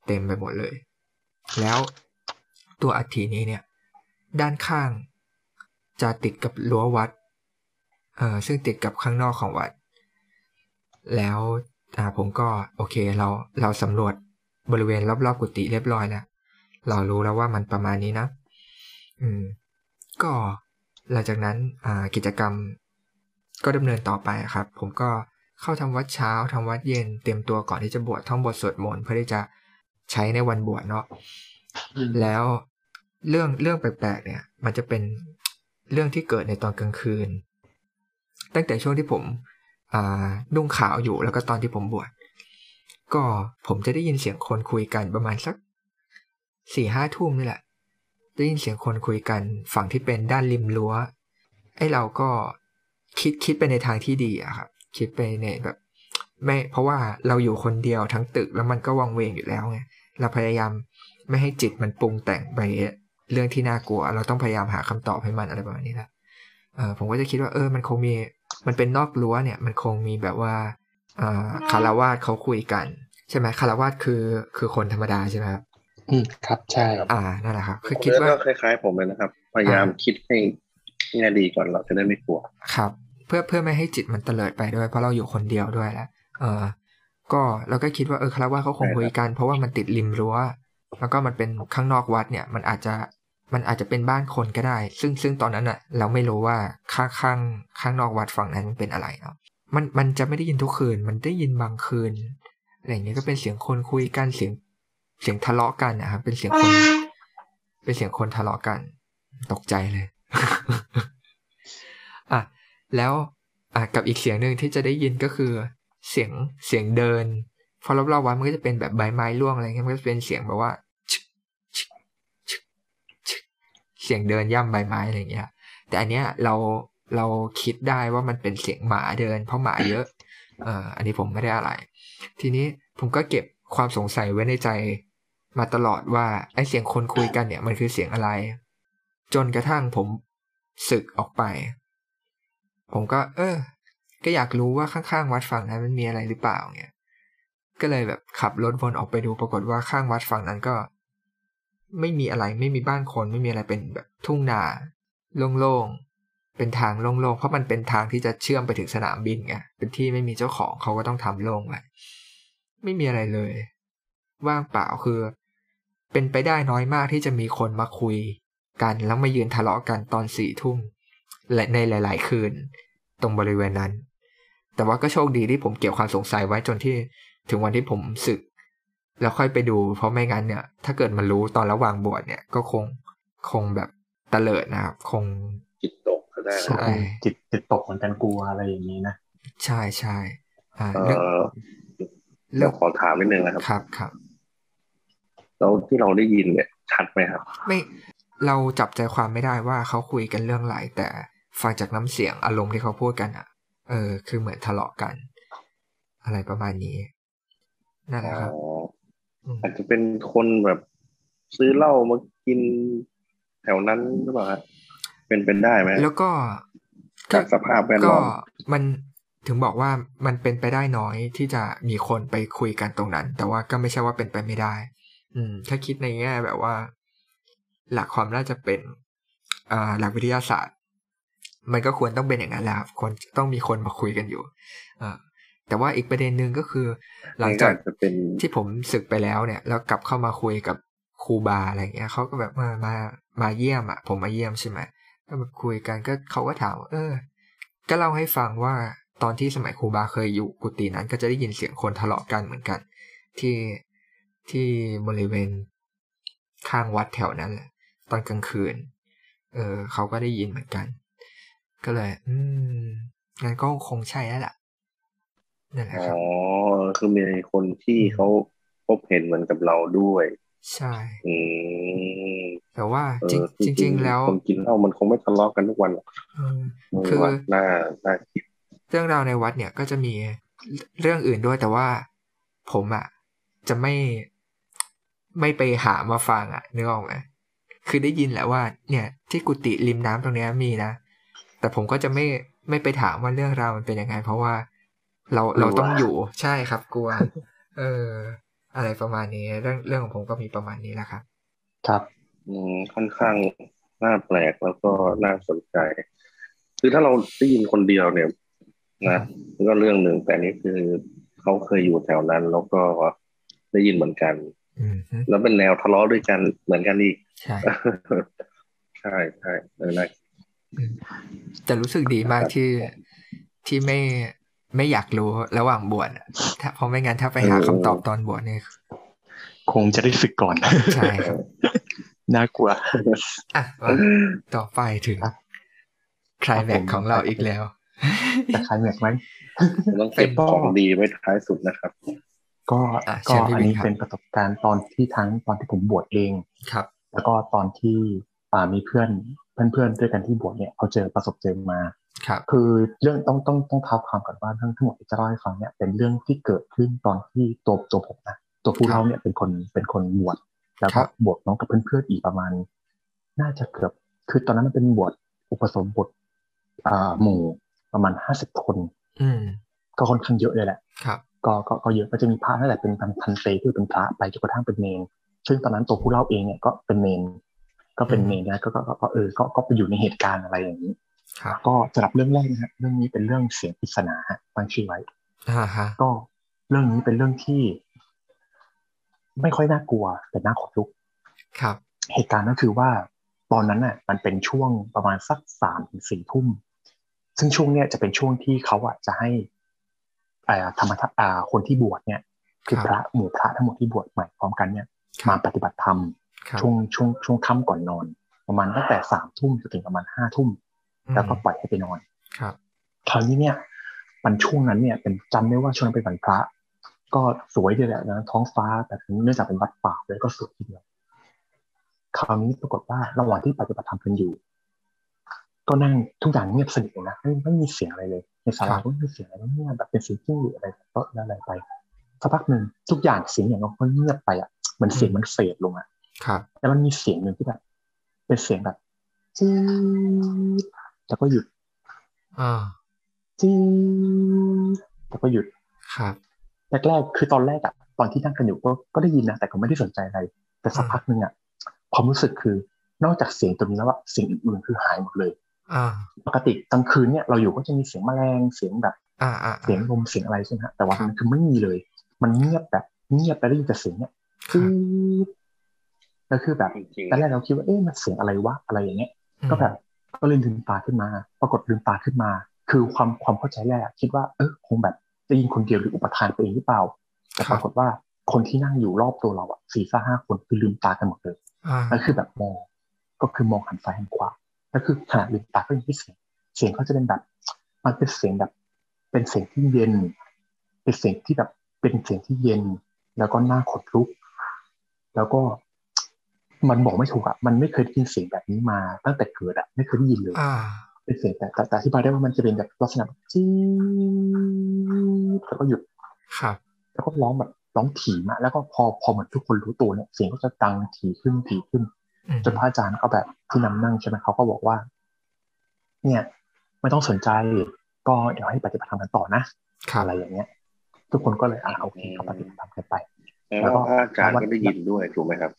S1: เต็มไปหมดเลย แล้วตัวอัฐินี้เนี่ย ด้านข้างจะติดกับรั้ววัด เอ่อซึ่งติดกับข้างนอกของวัด แล้วอ่าผมก็โอเคเราเราสำรวจบริเวณรอบๆกุฏิเรียบร้อยแล้ว เรารู้แล้วว่ามันประมาณนี้นะ อืม ก็หลังจากนั้นอ่ากิจกรรมก็ดำเนินต่อไปอะครับ ผมก็เข้าทำวัดเช้าทำวัดเย็นเตรียมตัวก่อนที่จะบวชท่องบทสวดมนต์เพื่อที่จะใช้ในวันบวชเนาะแล้วเรื่องเรื่องแปลกๆเนี่ย มันจะเป็นเรื่องที่เกิดในตอนกลางคืน ตั้งแต่ช่วงที่ผม อ่านุ่งขาวอยู่แล้วก็ตอนที่ผมบวชก็ผมจะได้ยินเสียงคนคุยกันประมาณสักสี่ห้าทุ่มนี่แหละ ได้ยินเสียงคนคุยกันฝั่งที่เป็นด้านริมรั้วไอ้เราก็คิดคิดไปในทางที่ดีอะครับ คิดไปในแบบไม่เพราะว่าเราอยู่คนเดียวทั้งตึกแล้วมันก็วังเวงอยู่แล้วไงเราพยายามไม่ให้จิตมันปรุงแต่งไปเรื่องที่น่ากลัว เราต้องพยายามหาคำตอบให้มันอะไรประมาณนี้ละเออผมก็จะคิดว่าเออมันคงมี มันเป็นนอกรั้วเนี่ย มันคงมีแบบว่าอ่าคารวาสเขาคุยกัน ใช่ไหมคารวาสคือคือคนธรรมดาใช่ไหมครับ
S3: อืมครับใช่
S1: อ่านั่นแหละครับคือ
S2: ผม
S1: คิดว่า
S2: ก็คล้ายๆ ผมเลยนะครับ พยายามคิดให้ให้ดีก่อนเราจะได้ไม่กลัว
S1: ครับเพื่อเพื่อไม่ให้จิตมันเตลิดไปด้วย เพราะเราอยู่คนเดียวด้วยแล้วเออ ก็เราก็คิดว่าเออคารวะเขาคงคุยกัน เพราะว่ามันติดริมรั้ว แล้วก็มันเป็นข้างนอกวัดเนี่ย มันอาจจะมันอาจจะเป็นบ้านคนก็ได้ ซึ่งซึ่งตอนนั้นอะเราไม่รู้ว่าข้างข้างข้างนอกวัดฝั่งนั้นมันเป็นอะไรเนาะมันมันจะไม่ได้ยินทุกคืน มันได้ยินบางคืนอะไรอย่างเงี้ยก็เป็นเสียงคนคุยกันเสียงเสียงทะเลาะกันนะครับเป็นเสียงคน เป็นเสียงคนทะเลาะกัน ตกใจเลย อ่ะ แล้วอ่ะกับอีกเสียงหนึ่งที่จะได้ยินก็คือเสียงเสียงเดินเพอรอบๆวัดมันก็จะเป็นแบบใบไม้ร่วงอะไรเงี้ยมันก็จะเป็นเสียงแบบว่าชึกชึกชึกชึกเสียงเดินย่ำใบไม้อะไรเงี้ย แต่อันเนี้ยเราเราคิดได้ว่ามันเป็นเสียงหมาเดิน เพราะหมาเยอะ เอ่ออันนี้ผมไม่ได้อะไร ทีนี้ผมก็เก็บความสงสัยไว้ในใจมาตลอดว่าไอ้เสียงคนคุยกันเนี่ยมันคือเสียงอะไร จนกระทั่งผมศึกออกไป ผมก็ เออ ก็อยากรู้ว่าข้างๆวัดฝั่งนั้นมันมีอะไรหรือเปล่าเนี่ยก็เลยแบบขับรถวนออกไปดูปรากฏว่าข้างวัดฝั่งนั้นก็ ไม่มีอะไรไม่มีบ้านคนไม่มีอะไรเป็นแบบทุ่งนา โล่งๆ เป็นทางโล่งๆ เพราะมันเป็นทางที่จะเชื่อมไปถึงสนามบินไง เป็นที่ไม่มีเจ้าของเขาก็ต้องทำโล่งไว้ไม่มีอะไรเลย ว่างเปล่าคือ เป็นไปได้น้อยมากที่จะมีคนมาคุยกันแล้วมายืนทะเลาะกันตอนสี่ทุ่มและในหลาย ๆ คืน ตรงบริเวณนั้น แต่ว่าก็โชคดีที่ผมเก็บความสงสัยไว้จนที่ถึงวันที่ผมสึก แล้วค่อยไปดู เพราะไม่งั้นเนี่ย ถ้าเกิดมันรู้ตอนระหว่างบวชเนี่ยก็คงคงแบบเตลิดนะครับ คง
S2: จิตตกก็ได้นะ
S1: ใช่
S3: จิตจิตตกเหมือนกันกลัวอะไรอย่างนี้นะ
S1: ใช่ใช่อ่า
S2: เอ่
S1: เรื่องเรื่
S2: อเรื่
S1: อ
S2: อง งขอถามนิดนึงนะครับ
S1: ครับครับ
S2: แล้วที่เราได้ยินเนี่ยชัดไหมครับ
S1: ไม่เราจับใจความไม่ได้ว่าเขาคุยกันเรื่องอะไรแต่ฟังจากน้ำเสียงอารมณ์ที่เขาพูดกันอ่ะ เออ คือเหมือนทะเลาะกัน อะไรประมาณนี้นั่นแหละครับ
S2: อ๋อ
S1: อืม
S2: อาจจะเป็นคนแบบ ซื้อเหล้ามากินแถวนั้นหรือเปล่าฮะเป็นเป็นได้ไหม
S1: แล้วก็
S2: จากสภาพแวด
S1: ก็
S2: ล้อม
S1: มันถึงบอกว่ามันเป็นไปได้น้อยที่จะมีคนไปคุยกันตรงนั้น แต่ว่าก็ไม่ใช่ว่าเป็นไปไม่ได้ อืม ถ้าคิดในแง่แบบว่า หลักความน่าจะเป็นอ่าหลักวิทยาศาสตร์ มันก็ควรต้องเป็นอย่างนั้นแหละครับคนต้องมีคนมาคุยกันอยู่อ่าแต่ว่าอีกประเด็นหนึ่งก็คือ หลัง
S2: นี่ก็
S1: จาก
S2: อาจจะเป็น
S1: ที่ผมศึกไปแล้วเนี่ย แล้วกลับเข้ามาคุยกับครูบาอะไรเงี้ยเขาก็แบบมามามาเยี่ยมอ่ะผมมาเยี่ยมใช่ไหมก็มาคุยกันก็เขาก็ถามว่าเออ ก็เล่าให้ฟังว่าตอนที่สมัยครูบาเคยอยู่กุฏินั้น ก็จะได้ยินเสียงคนทะเลาะกันเหมือนกัน ที่ที่บริเวณข้างวัดแถวนั้นแหละ ตอนกลางคืน เออเขาก็ได้ยินเหมือนกัน ก็เลย อืมงั้นก็คงใช่แล้วล่ะนั่นแหละค
S2: อ๋
S1: รับ
S2: อคือมีคนที่เขาพบเห็นเหมือนกับเราด้วย
S1: ใช่
S2: อืม
S1: แต่ว่า
S2: เออ
S1: จริงจริง ๆ แล้ว
S2: คนกินเหล้ามันคงไม่ทะเลาะกันทุกวันหรอก
S1: เออ
S2: มัน
S1: คือ
S2: ว่าน่าน่าคิด
S1: เรื่องราวในวัดเนี่ยก็จะมีเรื่องอื่นด้วย แต่ว่าผมอ่ะจะไม่ไม่ไปหามาฟังอ่ะนึกออกไหมคือได้ยินแหละว่า เนี่ย ที่กุฏิริมน้ำตรงเนี้ยมีนะแต่ผมก็จะไม่ไม่ไปถามว่าเรื่องราวมันเป็นยังไง เพราะว่าเราเราต้องอยู่ใช่ครับกลัว เออ อะไรประมาณนี้ เรื่องเรื่องของผมก็มีประมาณนี้แหละครับ
S3: ครับ
S2: อืมค่อนข้างน่าแปลกแล้วก็น่าสนใจ คือถ้าเราได้ยินคนเดียวเนี่ย นะมันก็เรื่องหนึ่งแต่อันนี่คือเขาเคยอยู่แถวนั้น แล้วก็ได้ยินเหมือนกัน
S1: อืมฮึ
S2: แล้วเป็นแนวทะเลาะด้วยกันเหมือนกันอีก
S1: ใช่
S2: ใช่ใช่เออนะ
S1: แต่รู้สึกดีมาก
S2: ครับ
S1: ที่ที่ไม่ไม่อยากรู้ระหว่างบวชอะถ้าเพราะไม่งั้นถ้าไปหา
S2: เออ
S1: คำตอบตอนบวชเนี่ย
S3: คงจะได้ฝึกก่อน
S1: ใช่ครับ
S3: น่ากลัว
S1: อ่ะมาต่อไปถึง
S3: ครับ
S1: คลายแม็ก
S3: ครับผม
S1: ของเราอีกแล้ว
S3: แต่คลายแม็กซ์ไหม
S2: ต้อง
S3: เป็
S2: เก็บ
S3: นพ่อ
S2: ของดีไว้ท้ายสุดนะครับ
S3: ก็
S1: อ่ะเชิ
S3: ก็
S1: ญพี่
S3: อั
S1: วิ
S3: น
S1: น
S3: นี้
S1: ครับ
S3: เป็นประสบการณ์ตอนที่ทั้งตอนที่ผมบวชเอง
S1: ครับ
S3: แล้วก็ตอนที่อ่ามีเพื่อนเพื่อนๆด้วยกันที่บวชเนี่ยเขาเจอประสบเจอมา
S1: ครับ
S3: คือเรื่องต้องต้องต้องเท้าความก่อนว่าเรื่องทั้งหมดที่จะเล่าให้ฟังเนี่ยเป็นเรื่องที่เกิดขึ้นตอนที่ตัวตัวผมนะตัวผู้เล่าเนี่ยเป็นคนเป็นคนบวชแล้วก็บวชน้องกับเพื่อนๆอีกประมาณ น่าจะเกือบคือตอนนั้นมันเป็นบวชอุปสมบทอ่าหมู่ประมาณห้าสิบคน
S1: อืม
S3: ก็ค่อนข้างเยอะเลยแหละ
S1: ครับ
S3: ก็ก็ก็เยอะก็จะมีพระนั่นแหละเป็นพันเตที่เป็นพระไปจนกระทั่งเป็นเนนซึ่งตอนนั้นตัวผู้เล่าเองเนี่ยก็เป็นเนนก็เป็นเนนนะก็ก็ก็ก็เออก็ก็ไปอยู่ในเหตุการณ์อะไรอย่างนี้
S1: ครับ
S3: ก็สำหรับเรื่องแรกนะฮะเรื่องนี้เป็นเรื่องเสียงปริศนาฮะตั้งชื่อไว้
S1: อ่าฮะ
S3: ก็เรื่องนี้เป็นเรื่องที่ ไม่ค่อยน่ากลัวแต่น่าขนลุก
S1: ครับ
S3: เหตุการณ์ก็คือว่าตอนนั้นน่ะมันเป็นช่วงประมาณสักสามถึงสี่ทุ่ม ซึ่งช่วงเนี้ยจะเป็นช่วงที่เขาอ่ะจะให้เอ่อธรรมทะอ่าคนที่บวชเนี่ยคือพระหมู่พระทั้งหมดที่บวชใหม่พร้อมกันเนี่ยมาปฏิบัติธรรม
S1: ครับ
S3: ช่วงช่วงช่วงค่ำก่อนนอน ประมาณตั้งแต่สามทุ่มจนถึงประมาณห้าทุ่มแล้วก็ปล่อยให้ไปนอน
S1: ครับ
S3: คราวนี้เนี่ยมันช่วงนั้นเนี่ยเป็นจำได้ว่าช่วงนั้นเป็นวันพระ ก็สวยเลยแหละนะท้องฟ้าแต่เนื่องจากเป็นวัดป่าเลยก็สวยทีเดียวคราวนี้ปรากฏว่าระหว่างที่ปฏิบัติธรรมกันอยู่ ก็นั่งทุกอย่างเงียบสนิทเลยนะไม่ไม่มีเสียงอะไรเลยในศา
S1: ครั
S3: ลา
S1: บ
S3: ก็ไม่มีเสียงอะไรเงียบแบบเป็นเสียงจิ้งหรีดอะไรก็อะไรไปสักพักหนึ่งทุกอย่างเสียงอย่างเราก็เงียบไปอ่ะเหมันเสียงมันเฟดลงอ่ะ
S1: ครับ
S3: แล้วมันมีเสียงหนึ่งที่แบบเป็นเสียงแบบจี๊ดแล้วก็หยุด
S1: อ่า
S3: จี๊ดแล้วก็หยุด
S1: ครับ
S3: แรกๆ คือตอนแรกอะตอนที่นั่งกันอยู่ก็ก็ได้ยินนะ แต่ก็ไม่ได้สนใจอะไร แต่สักพักหนึ่งอะความรู้สึกคือนอกจากเสียงตัวนี้แล้วอะเสียงอื่นๆคือหายหมดเลย
S1: อ่า
S3: ปกติกลางคืนเนี่ยเราอยู่ก็จะมีเสียงแมลงเสียงแบบ
S1: อ่าอ่า
S3: เสียงลมเสียงอะไรใช่ไหมฮะแต่ว่ามันคือไม่มีเลย มันเงียบแบบเงียบไปได้ยินแต่เสียงเนี่ย
S1: ครั
S3: จี๊ด
S1: บ
S3: แล้วคือแบบ
S2: จริง
S3: ตอนแรกเราคิดว่าเอ๊ะมันเสียงอะไรวะอะไรอย่างเงี้ย ก็แบบก็เลยลืมตาขึ้นมา ปรากฏลืมตาขึ้นมา คือความความเข้าใจแรกอะคิดว่าเออคงแบบได้ยินคนเดียวหรืออุปทานไปเองหรือเปล่า แต่
S1: ค
S3: ป
S1: รั
S3: รา
S1: บ
S3: กฏว่าคนที่นั่งอยู่รอบตัวเราอะสี่ห้าห้าคนคือลืมตากันหมดเลย
S1: อ่า
S3: แล้วคือแบบมองก็คือมองหันซ้ายหันขวาแล้วคือขณะลืมตาก็ยังได้เสียงเสียงเขาจะเป็นแบบ มันเป็นเสียงแบบ เป็นเสียงที่เย็น เป็นเสียงที่แบบเป็นเสียงที่เย็น แล้วก็น่าขนลุก แล้วก็มันบอกไม่ถูกอะมันไม่เคยได้ยินเสียงแบบนี้มาตั้งแต่เกิดอะไม่เคยได้ยินเลย
S1: อ่า
S3: เป็นเสียงแต่แต่แต่อธิบายได้ว่ามันจะเป็นแบบลักษณะแบบจี๊ดแล้วก็หยุด
S1: ครับ
S3: แล้วก็ร้องแบบร้องถี่มากแล้วก็พอพอเหมือนทุกคนรู้ตัวเนี่ยเสียงก็จะดังถี่ขึ้นถี่ขึ้น
S1: อืม
S3: จนพระอาจารย์ก็แบบที่นำนั่งใช่ไหมเขาก็บอกว่า เนี่ยไม่ต้องสนใจก็เดี๋ยวให้ปฏิบัติธรรมกันต่อนะครับ อะไรอย่างเงี้ย ทุกคนก็เลยอ่าโอเคก็ปฏิบัติธรรมกันไป
S2: แปลว่าพระอาจารย์ก็ได้ยินด้วยถูกไหมครับ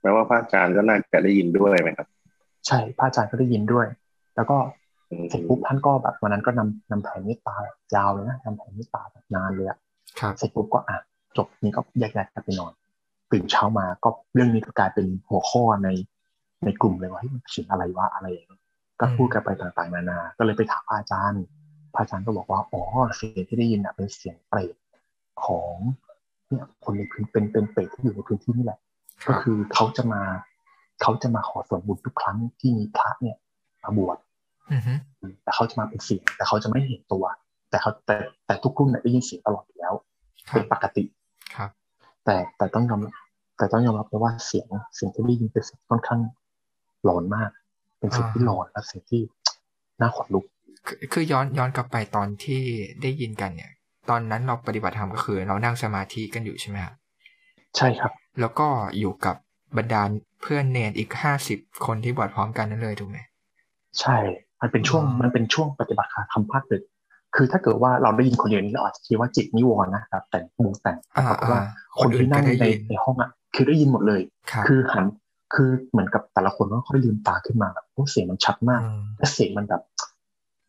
S2: แปลว่าพระอาจารย์ก็น่าจะได้ยินด้วยไหมครับ
S3: ใช่พระอาจารย์ก็ได้ยินด้วย แล้วก็
S2: อืม
S3: เสร็จปุ๊บท่านก็แบบวันนั้นก็นำนำแผ่เมตตาแบบยาวเลยนะนำแผ่เมตตาแบบนานเลยอะ
S1: ครับ
S3: เสร็จปุ๊บก็อ่ะจบนี้ก็แยกย้ายกันไปนอนตื่นเช้ามาก็เรื่องนี้ก็กลายเป็นหัวข้อในในกลุ่มเลยว่าเฮ้ยมันเสียงอะไรวะอะไรอย่างเงี้ยก็พูดกันไปต่างๆนานา ก็เลยไปถามพระอาจารย์พระอาจารย์ก็บอกว่าอ๋อเสียงที่ได้ยินอ่ะเป็นเสียงเปรตของเนี่ยคนในพื้นเป็นเป็นเปรตที่อยู่ในพื้นที่นี่แหละ
S1: ค
S3: ก็
S1: รับ
S3: คือเขาจะมาเขาจะมาขอส่วนบุญทุกครั้งที่มีพระเนี่ยมาบวช
S1: อือฮึ
S3: แต่เขาจะมาเป็นเสียงแต่เขาจะไม่เห็นตัว แต่เขาแต่แต่ทุกรุ่นเนี่ยได้ยินเสียงตลอดอยู่แล้ว
S1: ครั
S3: เป็
S1: บ
S3: นปกติ
S1: ครับ
S3: แต่แต่ต้องยอมแต่ต้องยอมรับเลยว่าเสียงเสียงที่ได้ยินเป็นเสียงค่อนข้างหลอนมาก เป็นเสียงที่หลอนและเสียงที่น่าขนลุก
S1: คือคือย้อนย้อนกลับไปตอนที่ได้ยินกันเนี่ย ตอนนั้นเราปฏิบัติธรรมก็คือ เรานั่งสมาธิกันอยู่ใช่ไหมฮะ
S3: ใช่ครับ
S1: แล้วก็อยู่กับบรรดาเพื่อนเนนอีกห้าสิบคนที่บวชพร้อมกันนั่นเลยถูกไหม
S3: ใช่ มันเป็นช่วง
S1: อ๋อ
S3: มันเป็นช่วงปฏิบัติธรรมภาคดึก คือถ้าเกิดว่าเราได้ยินคนอื่นเราอาจจะคิดว่าจิตนิวรณ์นะครับแต่ปรุงแต่ง
S1: อ่า
S3: ปรากฏ
S1: อ่า
S3: ว่า คน
S1: อื่
S3: ที่
S1: นก็
S3: นั่ง
S1: ได้
S3: ใน
S1: ยิน
S3: ในห้องอ่ะคือได้ยินหมดเลย
S1: ครับ
S3: คือหันคือเหมือนกับแต่ละคนก็ค่อยลืมตาขึ้นมาแบบโอ้เสียงมันชัดมาก
S1: อืม
S3: และเสียงมันแบบ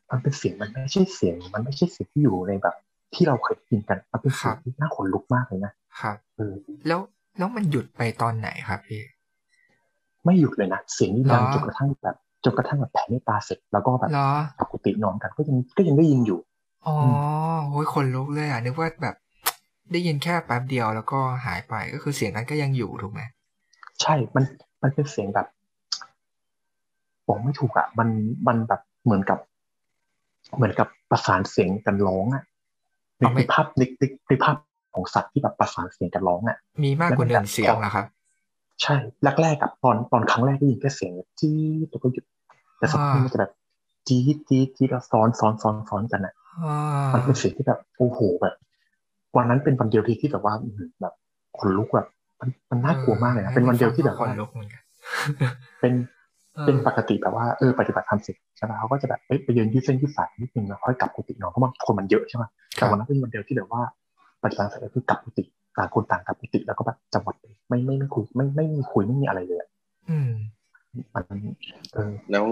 S3: มันเป็นเสียงมันไม่ใช่เสียง มันไม่ใช่เสียงที่อยู่ในแบบ ที่เราเคยได้ยินกันมันเป็นเสียงที่น่าขนลุกมากเลยนะครับ เออ
S1: แล้วแล้วมันหยุดไปตอนไหนครับพี่
S3: ไม่หยุดเลยนะเสียงนี่ดัง
S1: เหรอ
S3: จนกระทั่งแบบจนกระทั่งแบบแผ่เมตตาเสร็จแล้วก็แบบ
S1: เหรอ
S3: ปกตินอนกันก็ยังก็ยังได้ยินอยู่
S1: อ๋อโอ้ยคนลุกเลยอ่ะนึกว่าแบบ ได้ยินแค่แป๊บเดียวแล้วก็หายไปก็คือเสียงนั้นก็ยังอยู่ถูกไหม
S3: ใช่ มัน มันเป็นเสียงแบบบอกไม่ถูกอะมัน มันแบบเหมือนกับ เหมือนกับประสานเสียงกันร้องอะในในภาพในในในภาพของสัตว์ที่แบบประสานเสียงกันร้องอะ
S1: มีมากกว่าหนึ่งเสียงเหรอครับ
S3: ใช่แรกๆอะตอนตอนครั้งแรกได้ยินแค่เสียงแบบจี๊ดแล้วก็หยุด แต่สักพัก
S1: อ่ามั
S3: มันจะแบบจี๊ดจี๊ดจี๊ดแล้วซ้อนซ้อนซ้อนซ้อนกันอะ
S1: อ่า
S3: มันเป็นเสียงที่แบบโอ้โหแบบวันนั้นเป็นวันเดียวที่ที่แบบว่าอื้อหือแบบขนลุกแบบมันมันน่ากลัวมากเลยนะเป็นวันเดียวที่แบบ
S1: ค
S3: ว่าน
S1: ลุกเหมือนกัน
S3: เป็น เป็น
S1: ออ
S3: ปกติแบบว่าเออปฏิบัติธรรมเสร็จใช่ไหมเขาก็จะแบบเอ้ยไปยืนยืดเส้นยืดสายนิดนึงแล้วค่อยกลับกุฏินอนเพราะบางคนมันเยอะใช่ไหม
S1: ครั
S3: แต่
S1: บ
S3: วันนั้นเป็นวันเดียวที่แบบว่าปฏิบัติธรรมเสร็จแล้วคือกลับกุฏิต่างคนต่างกลับกุฏิแล้วก็แบบจังหวัดไม่ไม่ไม่คุยไม่ไม่มีคุยไม่มีอะไรเลยอะ
S1: อืม
S3: มันเออ
S2: แล้ว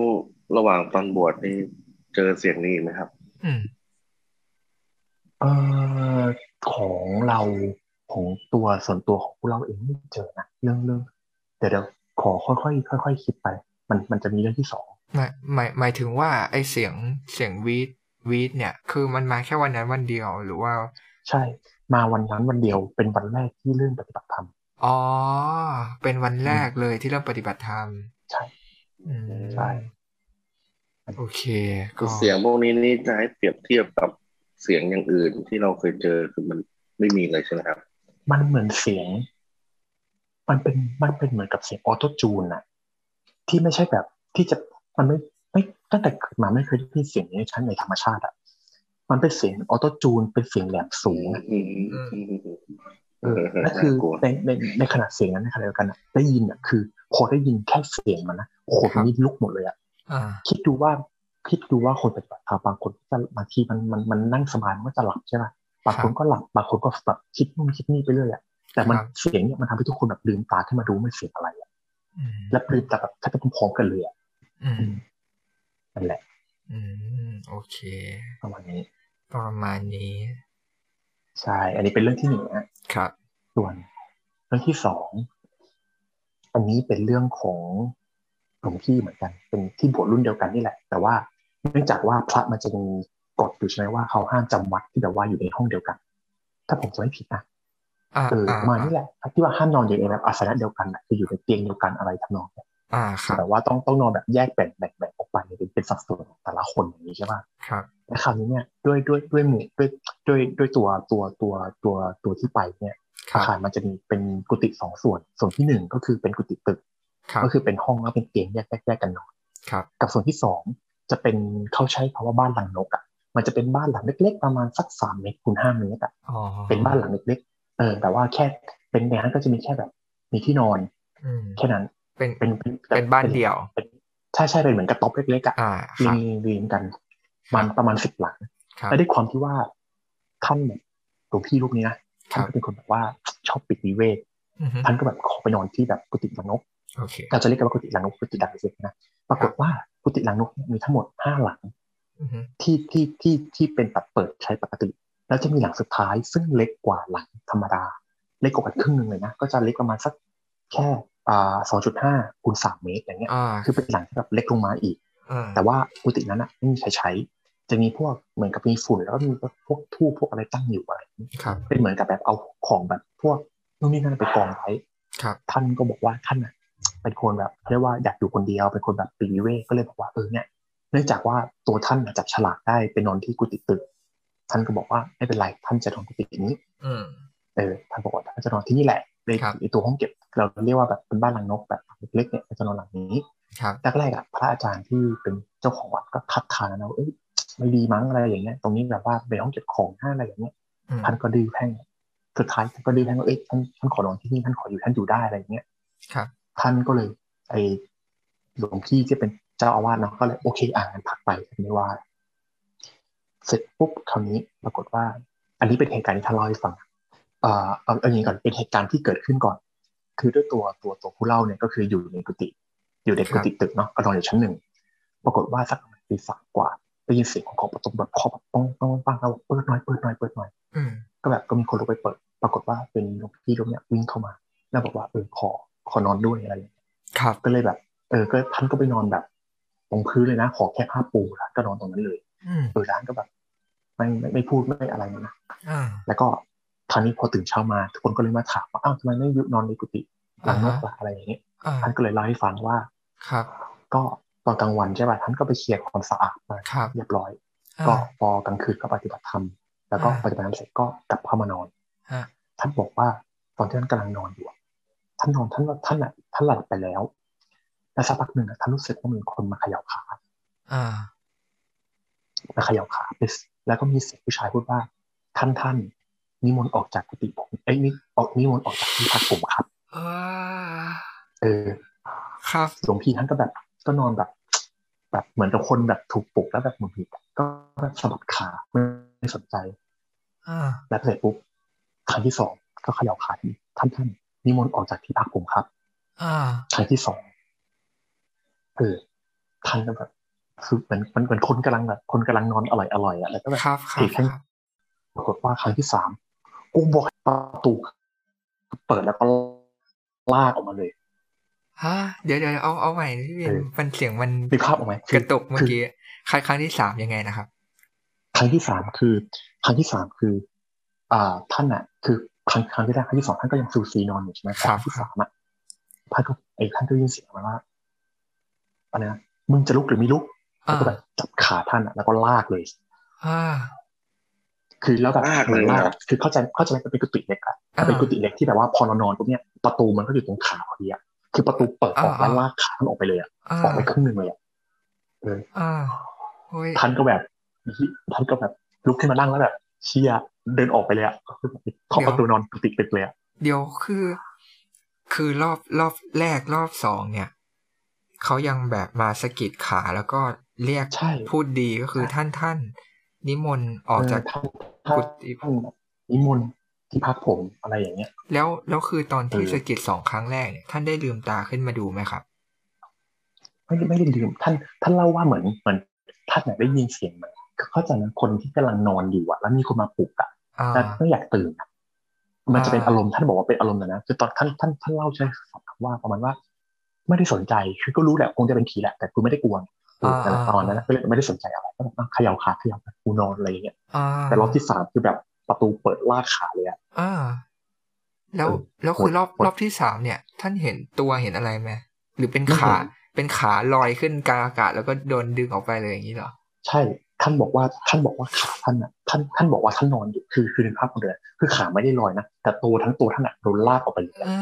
S2: ระหว่างตอนบวชนี่เจอเสียงนี้อีกไหมครับ
S1: อืม
S3: เออของเราของตัวส่วนตัวของพวกเราเองไม่เจอนะเรื่องเรื่องเดี๋ยวเดี๋ยวขอค่อยค่อยค่อยๆค่อยๆคิดไป มันมันจะมีเรื่องที่สอง
S1: หมายหมายหมายถึงว่าไอเสียงเสียงวีดวีดเนี่ย คือมันมาแค่วันนั้นวันเดียวหรือว่า
S3: ใช่ มาวันนั้นวันเดียวเป็นวันแรกที่เริ่มปฏิบัติธรรม
S1: อ๋อเป็นวันแรกเลยที่เริ่มปฏิบัติธรรม
S3: ใช่
S1: อืม
S3: ใช่
S1: โอเคก็
S2: เสียงพวกนี้นี่จะให้เปรียบเทียบกับเสียงอย่างอื่นที่เราเคยเจอคือมันไม่มีเลยใช่ไหมครับ
S3: มันเหมือนเสียง มันเป็น มันเป็นเหมือนกับเสียงออโต้จูนอะที่ไม่ใช่แบบที่จะ มันไม่ ไม่ตั้งแต่เกิดมาไม่เคยได้ยินเสียงนี้ในชั้นในธรรมชาติอะมันเป็นเสียงออโต้จูน เป็นเสียงแหลมสูงอะ
S2: อืม
S3: เออนั่นคือ
S2: ากลัว
S3: ในในในขณะเสียงนั้นในขณะเดียวกันอะได้ยินอะคือ พอได้ยินแค่เสียงมันนะโอ้โห
S1: ครับ
S3: นี่ลุกหมดเลยอะ
S1: อ่า
S3: คิดดูว่าคิดดูว่าคนปฏิบัติธรรมบางคนก็จะบางทีมันมันมันนั่งสมาธิมันก็จะหลับใช่ไหมบางคนก็หลับบางคนก็แบบคิดนู่นคิดนี่ไปเรื่อยอะแต่มัน
S1: ครับ
S3: เสียงเนี่ยมันทำให้ทุกคนแบบลืมตาขึ้นมาดูไม่เสียงอะไรอะ
S1: อืม
S3: และลืมตาแบบถ้าจะพร้อมๆกันเลยอะ
S1: อืม
S3: นั่นแหละ
S1: อืม โอเค
S3: ประมาณนี้
S1: ประมาณนี้
S3: ใช่ อันนี้เป็นเรื่องที่หนึ่งนะครับ ส่วนเรื่องที่สองอันนี้เป็นเรื่องของหลวงพี่เหมือนกัน เป็นที่บวชรุ่นเดียวกันนี่แหละ แต่ว่าเนื่องจากว่าพระมันจะมีกฎอยู่ใช่ไหมว่าเขาห้ามจำวัดที่แบบว่าอยู่ในห้องเดียวกัน ถ้าผมจะไม่ผิดนะ
S1: อ่า
S3: เออ
S1: อ่า
S3: มานี่แหละที่ว่าห้ามนอนอยู่ในแบบอาสนะเดียวกันน่ะคืออยู่ในเตียงเดียวกันอะไรทำนองเนี้ย
S1: อ่าครับ
S3: แต่ว่าต้องต้องนอนแบบแยกแบ่งแบ่งแบ่งออกไปเป็นเป็นสัดส่วนของแต่ละคนอย่างนี้ใช่ปะ
S1: ครับ
S3: และคราวนี้เนี่ยด้วยด้วยด้วยหมู่ด้วยด้วยด้วยตัวตัวตัวตัวตัวที่ไปเนี่ย
S1: ค
S3: อา
S1: รับ
S3: คารมันจะมีเป็นกุฏิสองส่วน ส่วนที่หนึ่งก็คือเป็นกุฏิตึก
S1: ครับ
S3: ก็คือเป็นห้องแล้วเป็นเตียงแยกแยกแยกกันนอน
S1: ครับ
S3: กับส่วนที่สองจะเป็นเขาใช้คำว่าบ้านหลังนกอ่ะมันจะเป็นบ้านหลังเล็ก ๆ ประมาณสักสามเมตรคูณห้าเมตรอ่ะ
S1: อ๋อ
S3: เป็นบ้านหลังเล็กๆเออแต่ว่าแค่เป็นในนั้นก็จะมีแค่แบบ มีที่นอน
S1: อืม
S3: แค่นั้น
S1: เป็น
S3: เป็น
S1: เป็นบ้านเดี่ยว
S3: ป็นใช่ใช่เป็นเหมือนกระต๊อบเล็กๆอ่ะ
S1: อ่าค
S3: เรีย
S1: รั
S3: ง
S1: บ
S3: เรียงกันมันประมาณสิบหลัง
S1: ครับ
S3: และด้วยความที่ว่าท่านเนี่ยหลวงพี่รูปนี้นะ
S1: ครั
S3: ท่านก็
S1: บ
S3: เป็นคนแบบว่าชอบปิดวิเวก
S1: อือฮึ
S3: ท่านก็แบบขอไปนอนที่แบบกุฏิหลังนก
S1: โอเค
S3: เราจะเรียกกันว่ากุฏิหลังนกกุฏิหลังเล็กนะปรากฏว่ากุฏิหลังนกเนี่ยมีทั้งหมดห้าหลัง
S1: อือฮึ
S3: ที่ที่ที่ที่เป็นแบบเปิดใช้ปกติ แล้วจะมีหลังสุดท้าย ซึ่งเล็กกว่าหลังธรรมดา เล็กกว่าครึ่งหนึ่งเลยนะก็จะเล็กประมาณสักแค่อ่าสองจุดห้าคูณสามเมตรอย่างเงี้ย
S1: อ่า
S3: คือเป็นหลังที่แบบเล็กลงมาอีก
S1: อ่า
S3: แต่ว่ากุฏินั้นอ่ะไม่มีใครใช้ จะมีพวกเหมือนกับมีฝุ่นแล้วก็มีพวกทูบพวกอะไรตั้งอยู่อะไรอย่างนี้
S1: ครับ
S3: เป็นเหมือนกับแบบเอาของแบบพวกนู่นนี่นั่นไปกองไว้
S1: ครับ
S3: ท่านก็บอกว่าท่านอ่ะเป็นคนแบบเรียกว่าอยากอยู่คนเดียวเป็นคนแบบปลีกวิเวกก็เลยบอกว่าเออเนี่ย เนื่องจากว่าตัวท่านน่ะจับฉลากได้ไปนอนที่กุฏิตึก ท่านก็บอกว่าไม่เป็นไรท่านจะนอนกุฏินี้
S1: อืม
S3: เออท่านบอกว่าท่านจะนอนที่นี่แหละใน
S1: ครับ
S3: ในตัวห้องเก็บ เราเรียกว่าแบบเป็นบ้านหลังนกแบบเล็กๆเนี่ยจะนอนหลังนี้
S1: ครับ
S3: แรกๆอ่ะพระอาจารย์ที่เป็นเจ้าของวัดก็คัดค้านนะว่าเอ้ยไม่ดีมั้งอะไรอย่างเงี้ยตรงนี้แบบว่าเป็นห้องเก็บของห้าอะไรอย่างเงี้ย
S1: อืม
S3: ท่านก็ดื้อแพ่งสุดท้ายท่านก็ดื้อแพ่งว่าเอ้ยท่านท่านขอนอนที่นี่ท่านขออยู่ท่านอยู่ได้อะไรอย่างเงี้ย
S1: ครับ
S3: ท่านก็เลยไอหลวงพี่ที่เป็นเจ้าอาวาสเนาะก็เลยโอเคอ่านพักไปไม่ว่า เสร็จปุ๊บคราวนี้ปรากฏว่า อันนี้เป็นเหตุการณ์ที่ท่านเล่าให้ฟังเอ่อเอาเอาอย่างนี้ก่อนเป็นเหตุการณ์ที่เกิดขึ้นก่อน คือด้วยตัวตัวตัวผู้เล่าเนี่ยก็คืออยู่ในกุฏิอยู่ในกุฏิตึกเนาะก็นอนอยู่ชั้นหนึ่งปรากฏว่าสักประมาณตีสามกว่าได้ยินเสียงของเคาะประตูแบบเคาะแบบป้องป้องป้องแล้วบอกเปิดหน่อยเปิดหน่อยเปิดหน่อย
S1: อืม
S3: ก็แบบก็มีคนลุกไปเปิด ปรากฏว่าเป็นหลวงพี่รูปเนี่ยวิ่งเข้ามา แล้วบอกว่าเออขอขอนอนด้วยอะไรอย่างเงี้ย
S1: ครับ
S3: ก็เลยแบบ เออ ก็ท่านก็ไปนอนแบบตรงพื้นเลยนะ ขอแค่ผ้าปูแล้วก็นอนตรงนั้นเลย
S1: อืม
S3: เออร้านก็แบบไม่ไม่ไม่พูดไม่อะไรนะ
S1: อ่า
S3: แล้วก็คราวนี้พอตื่นเช้ามาทุกคนก็เลยมาถามว่าอ้าวทำไมไม่ยุนอนในกุฏิหลังนอก
S1: อ่า
S3: ละ
S1: ฮะ
S3: อะไรอย่างเงี้ย
S1: อ่า
S3: ท่านก็เลยเล่าให้ฟังว่า
S1: ครับ
S3: ก็ตอนกลางวันใช่ป่ะท่านก็ไปเคลียร์ความสะอาดมา
S1: ครับ
S3: เรียบร้อย
S1: อ่า
S3: ก็พอกลางคืนก็ปฏิบัติธรรมแล้วก็
S1: อ่า
S3: ปฏิบัติธรรมเสร็จก็กลับเข้ามานอน
S1: ฮะ
S3: ท่านบอกว่าตอนที่ท่านกำลังนอนอยู่อะท่านนอนท่านว่าท่านอ่ะท่านหลับไปแล้วแล้วสักพักหนึ่งอะท่านรู้สึกว่ามีคนมาเขย่าขา
S1: อ่า
S3: มาเขย่าขาไปสแล้วก็มีเสียงผู้ชายพูดว่า ท่านท่านนิมนต์ออกจากกุฏิผมเอ้ยนี่ออกนิมนต์ออกจากที่พักผมครับ
S1: อ่า
S3: เออ
S1: ครับ
S3: หลวงพี่ท่านก็แบบ ก็นอนแบบ แบบเหมือนกับคนแบบถูกปลุกแล้วแบบหงุดหงิดก็สะบัดขาไม่สนใจ
S1: อ่า
S3: แล้วเสร็จปุ๊บครั้งที่สองก็เขย่าขาอีกท่านท่านนิมนต์ออกจากที่พักผมครับ
S1: อ่า
S3: ครั้งที่สองเออท่านก็แบบคือเหมือนมันเหมือนคนกำลังแบบคนกำลังนอนอร่อยอร่อยๆอะแล้วก็แบบ
S1: ครับครั
S3: อี
S1: บ
S3: ก
S1: ค
S3: ครั้ง
S1: รับ
S3: ปรากฏว่าครั้งที่สามกูบอกให้ประตูเปิดแล้วก็ลากออกมาเลย
S1: ฮะเดี๋ยวเดี๋ยวเอาเอาใหม่พี่เบียน
S3: เออ
S1: มันเสียงมัน
S3: มีภาพออกไหมคื
S1: ก
S3: อ
S1: ระตุกเมื่อกี้ครั้งครั้งที่สามยังไงนะครับ
S3: ครั้งที่สามคือ ครั้งที่สามคือ อ่า ท่านอ่ะ คือครั้งครั้งที่แรกครั้งที่สองท่านก็ยังซูซีนอนอยู่ใช่ไหม
S1: ครับ
S3: งที่สามอ่ะท่านก็ไอ้ท่านก็ได้ยินเสียงมาว่าอะไรนะมึงจะลุกหรือไม่ลุกแล้ว
S1: อ่า
S3: ก็แบบจับขาท่านอ่ะแล้วก็ลากเลย
S1: อ่า
S3: คือแล้วแบบ
S2: ลากเลย
S3: หมือน
S2: เหรอ
S3: คือเข้าใจเข้าใจไหมมันเป็นกุฏิเล็กอะแต่เป็น
S1: อ่า
S3: กุฏิเล็กที่แบบว่าพอเรานอนปุ๊บเนี่ยประตูมันก็อยู่ตรงขาพอดีอะคือประตูเปิดออก
S1: อ่า
S3: แล้วลากขามันออกไปเลยอะ
S1: อ่า
S3: ออกไปครึ่งหนึ่งเลยอะเออ
S1: อ่าโอ้ย
S3: ท่านก็แบบท่านก็แบบลุกขึ้นมานั่งแล้วแบบเชียเดินออกไปเลยอะขอประตูนอนกุฏิตึกเลยอะ
S1: เดี๋ยวคือ คือรอบรอบแรกรอบสองเนี่ยเขายังแบบมาสะกิดขาแล้วก็เรียก
S3: ใช่
S1: พูดดีก็คือท่านท่านนิมนต์ออกจาก
S3: เท่านท่าน
S1: กุฏิ
S3: ท่านนิมนต์ที่พักผมอะไรอย่างเงี้ย
S1: แล้วแล้วคือตอนที่
S3: เออ
S1: สะกิดสองครั้งแรกเนี่ยท่านได้ลืมตาขึ้นมาดูไหมครับ
S3: ไม่ได้ไม่ได้ลืมท่าน ท่านเล่าว่าเหมือนเหมือนท่านน่ะได้ยินเสียงเหมือนเข้าใจนะคนที่กำลังนอนอยู่อะแล้วมีคนมาปลุกอะ
S1: อ่า
S3: แต่ไม่อยากตื่นอะมันจะเป็น
S1: อ่า
S3: อารมณ์ท่านบอกว่าเป็นอารมณ์นะนะคือตอนท่านท่านท่านเล่าใช้คำว่าประมาณว่า ไม่ได้สนใจคือก็รู้แหละคงจะเป็นผีแหละแต่กูไม่ได้กลัวเออแต่ละตอนนั้นนะก็เลยไม่ได้สนใจอะไรก็แบบอ่ะเขย่าขาเขย่าขากูนอนอะไรอย่างเงี้ย
S1: อ่า
S3: แต่รอบที่สามคือแบบประตูเปิดลากขาเลยอะ
S1: อ่า แล้ว
S3: เออ
S1: แล้วคือรอบ
S3: หมด
S1: รอบที่สามเนี่ย ท่านเห็นตัวเห็นอะไรไหม หรือเป็นขาเป็นขาลอยขึ้นกลางอากาศแล้วก็โดนดึงออกไปเลยอย่างนี้เหรอ
S3: ใช่ ท่านบอกว่าท่านบอกว่าขาท่านอ่ะท่านท่านบอกว่าท่านนอนอยู่คือคือในภาพของเรือคือขาไม่ได้ลอยนะแต่ตัวทั้งตัวท่านอ่ะโดนลากออกไปเลย
S1: อ่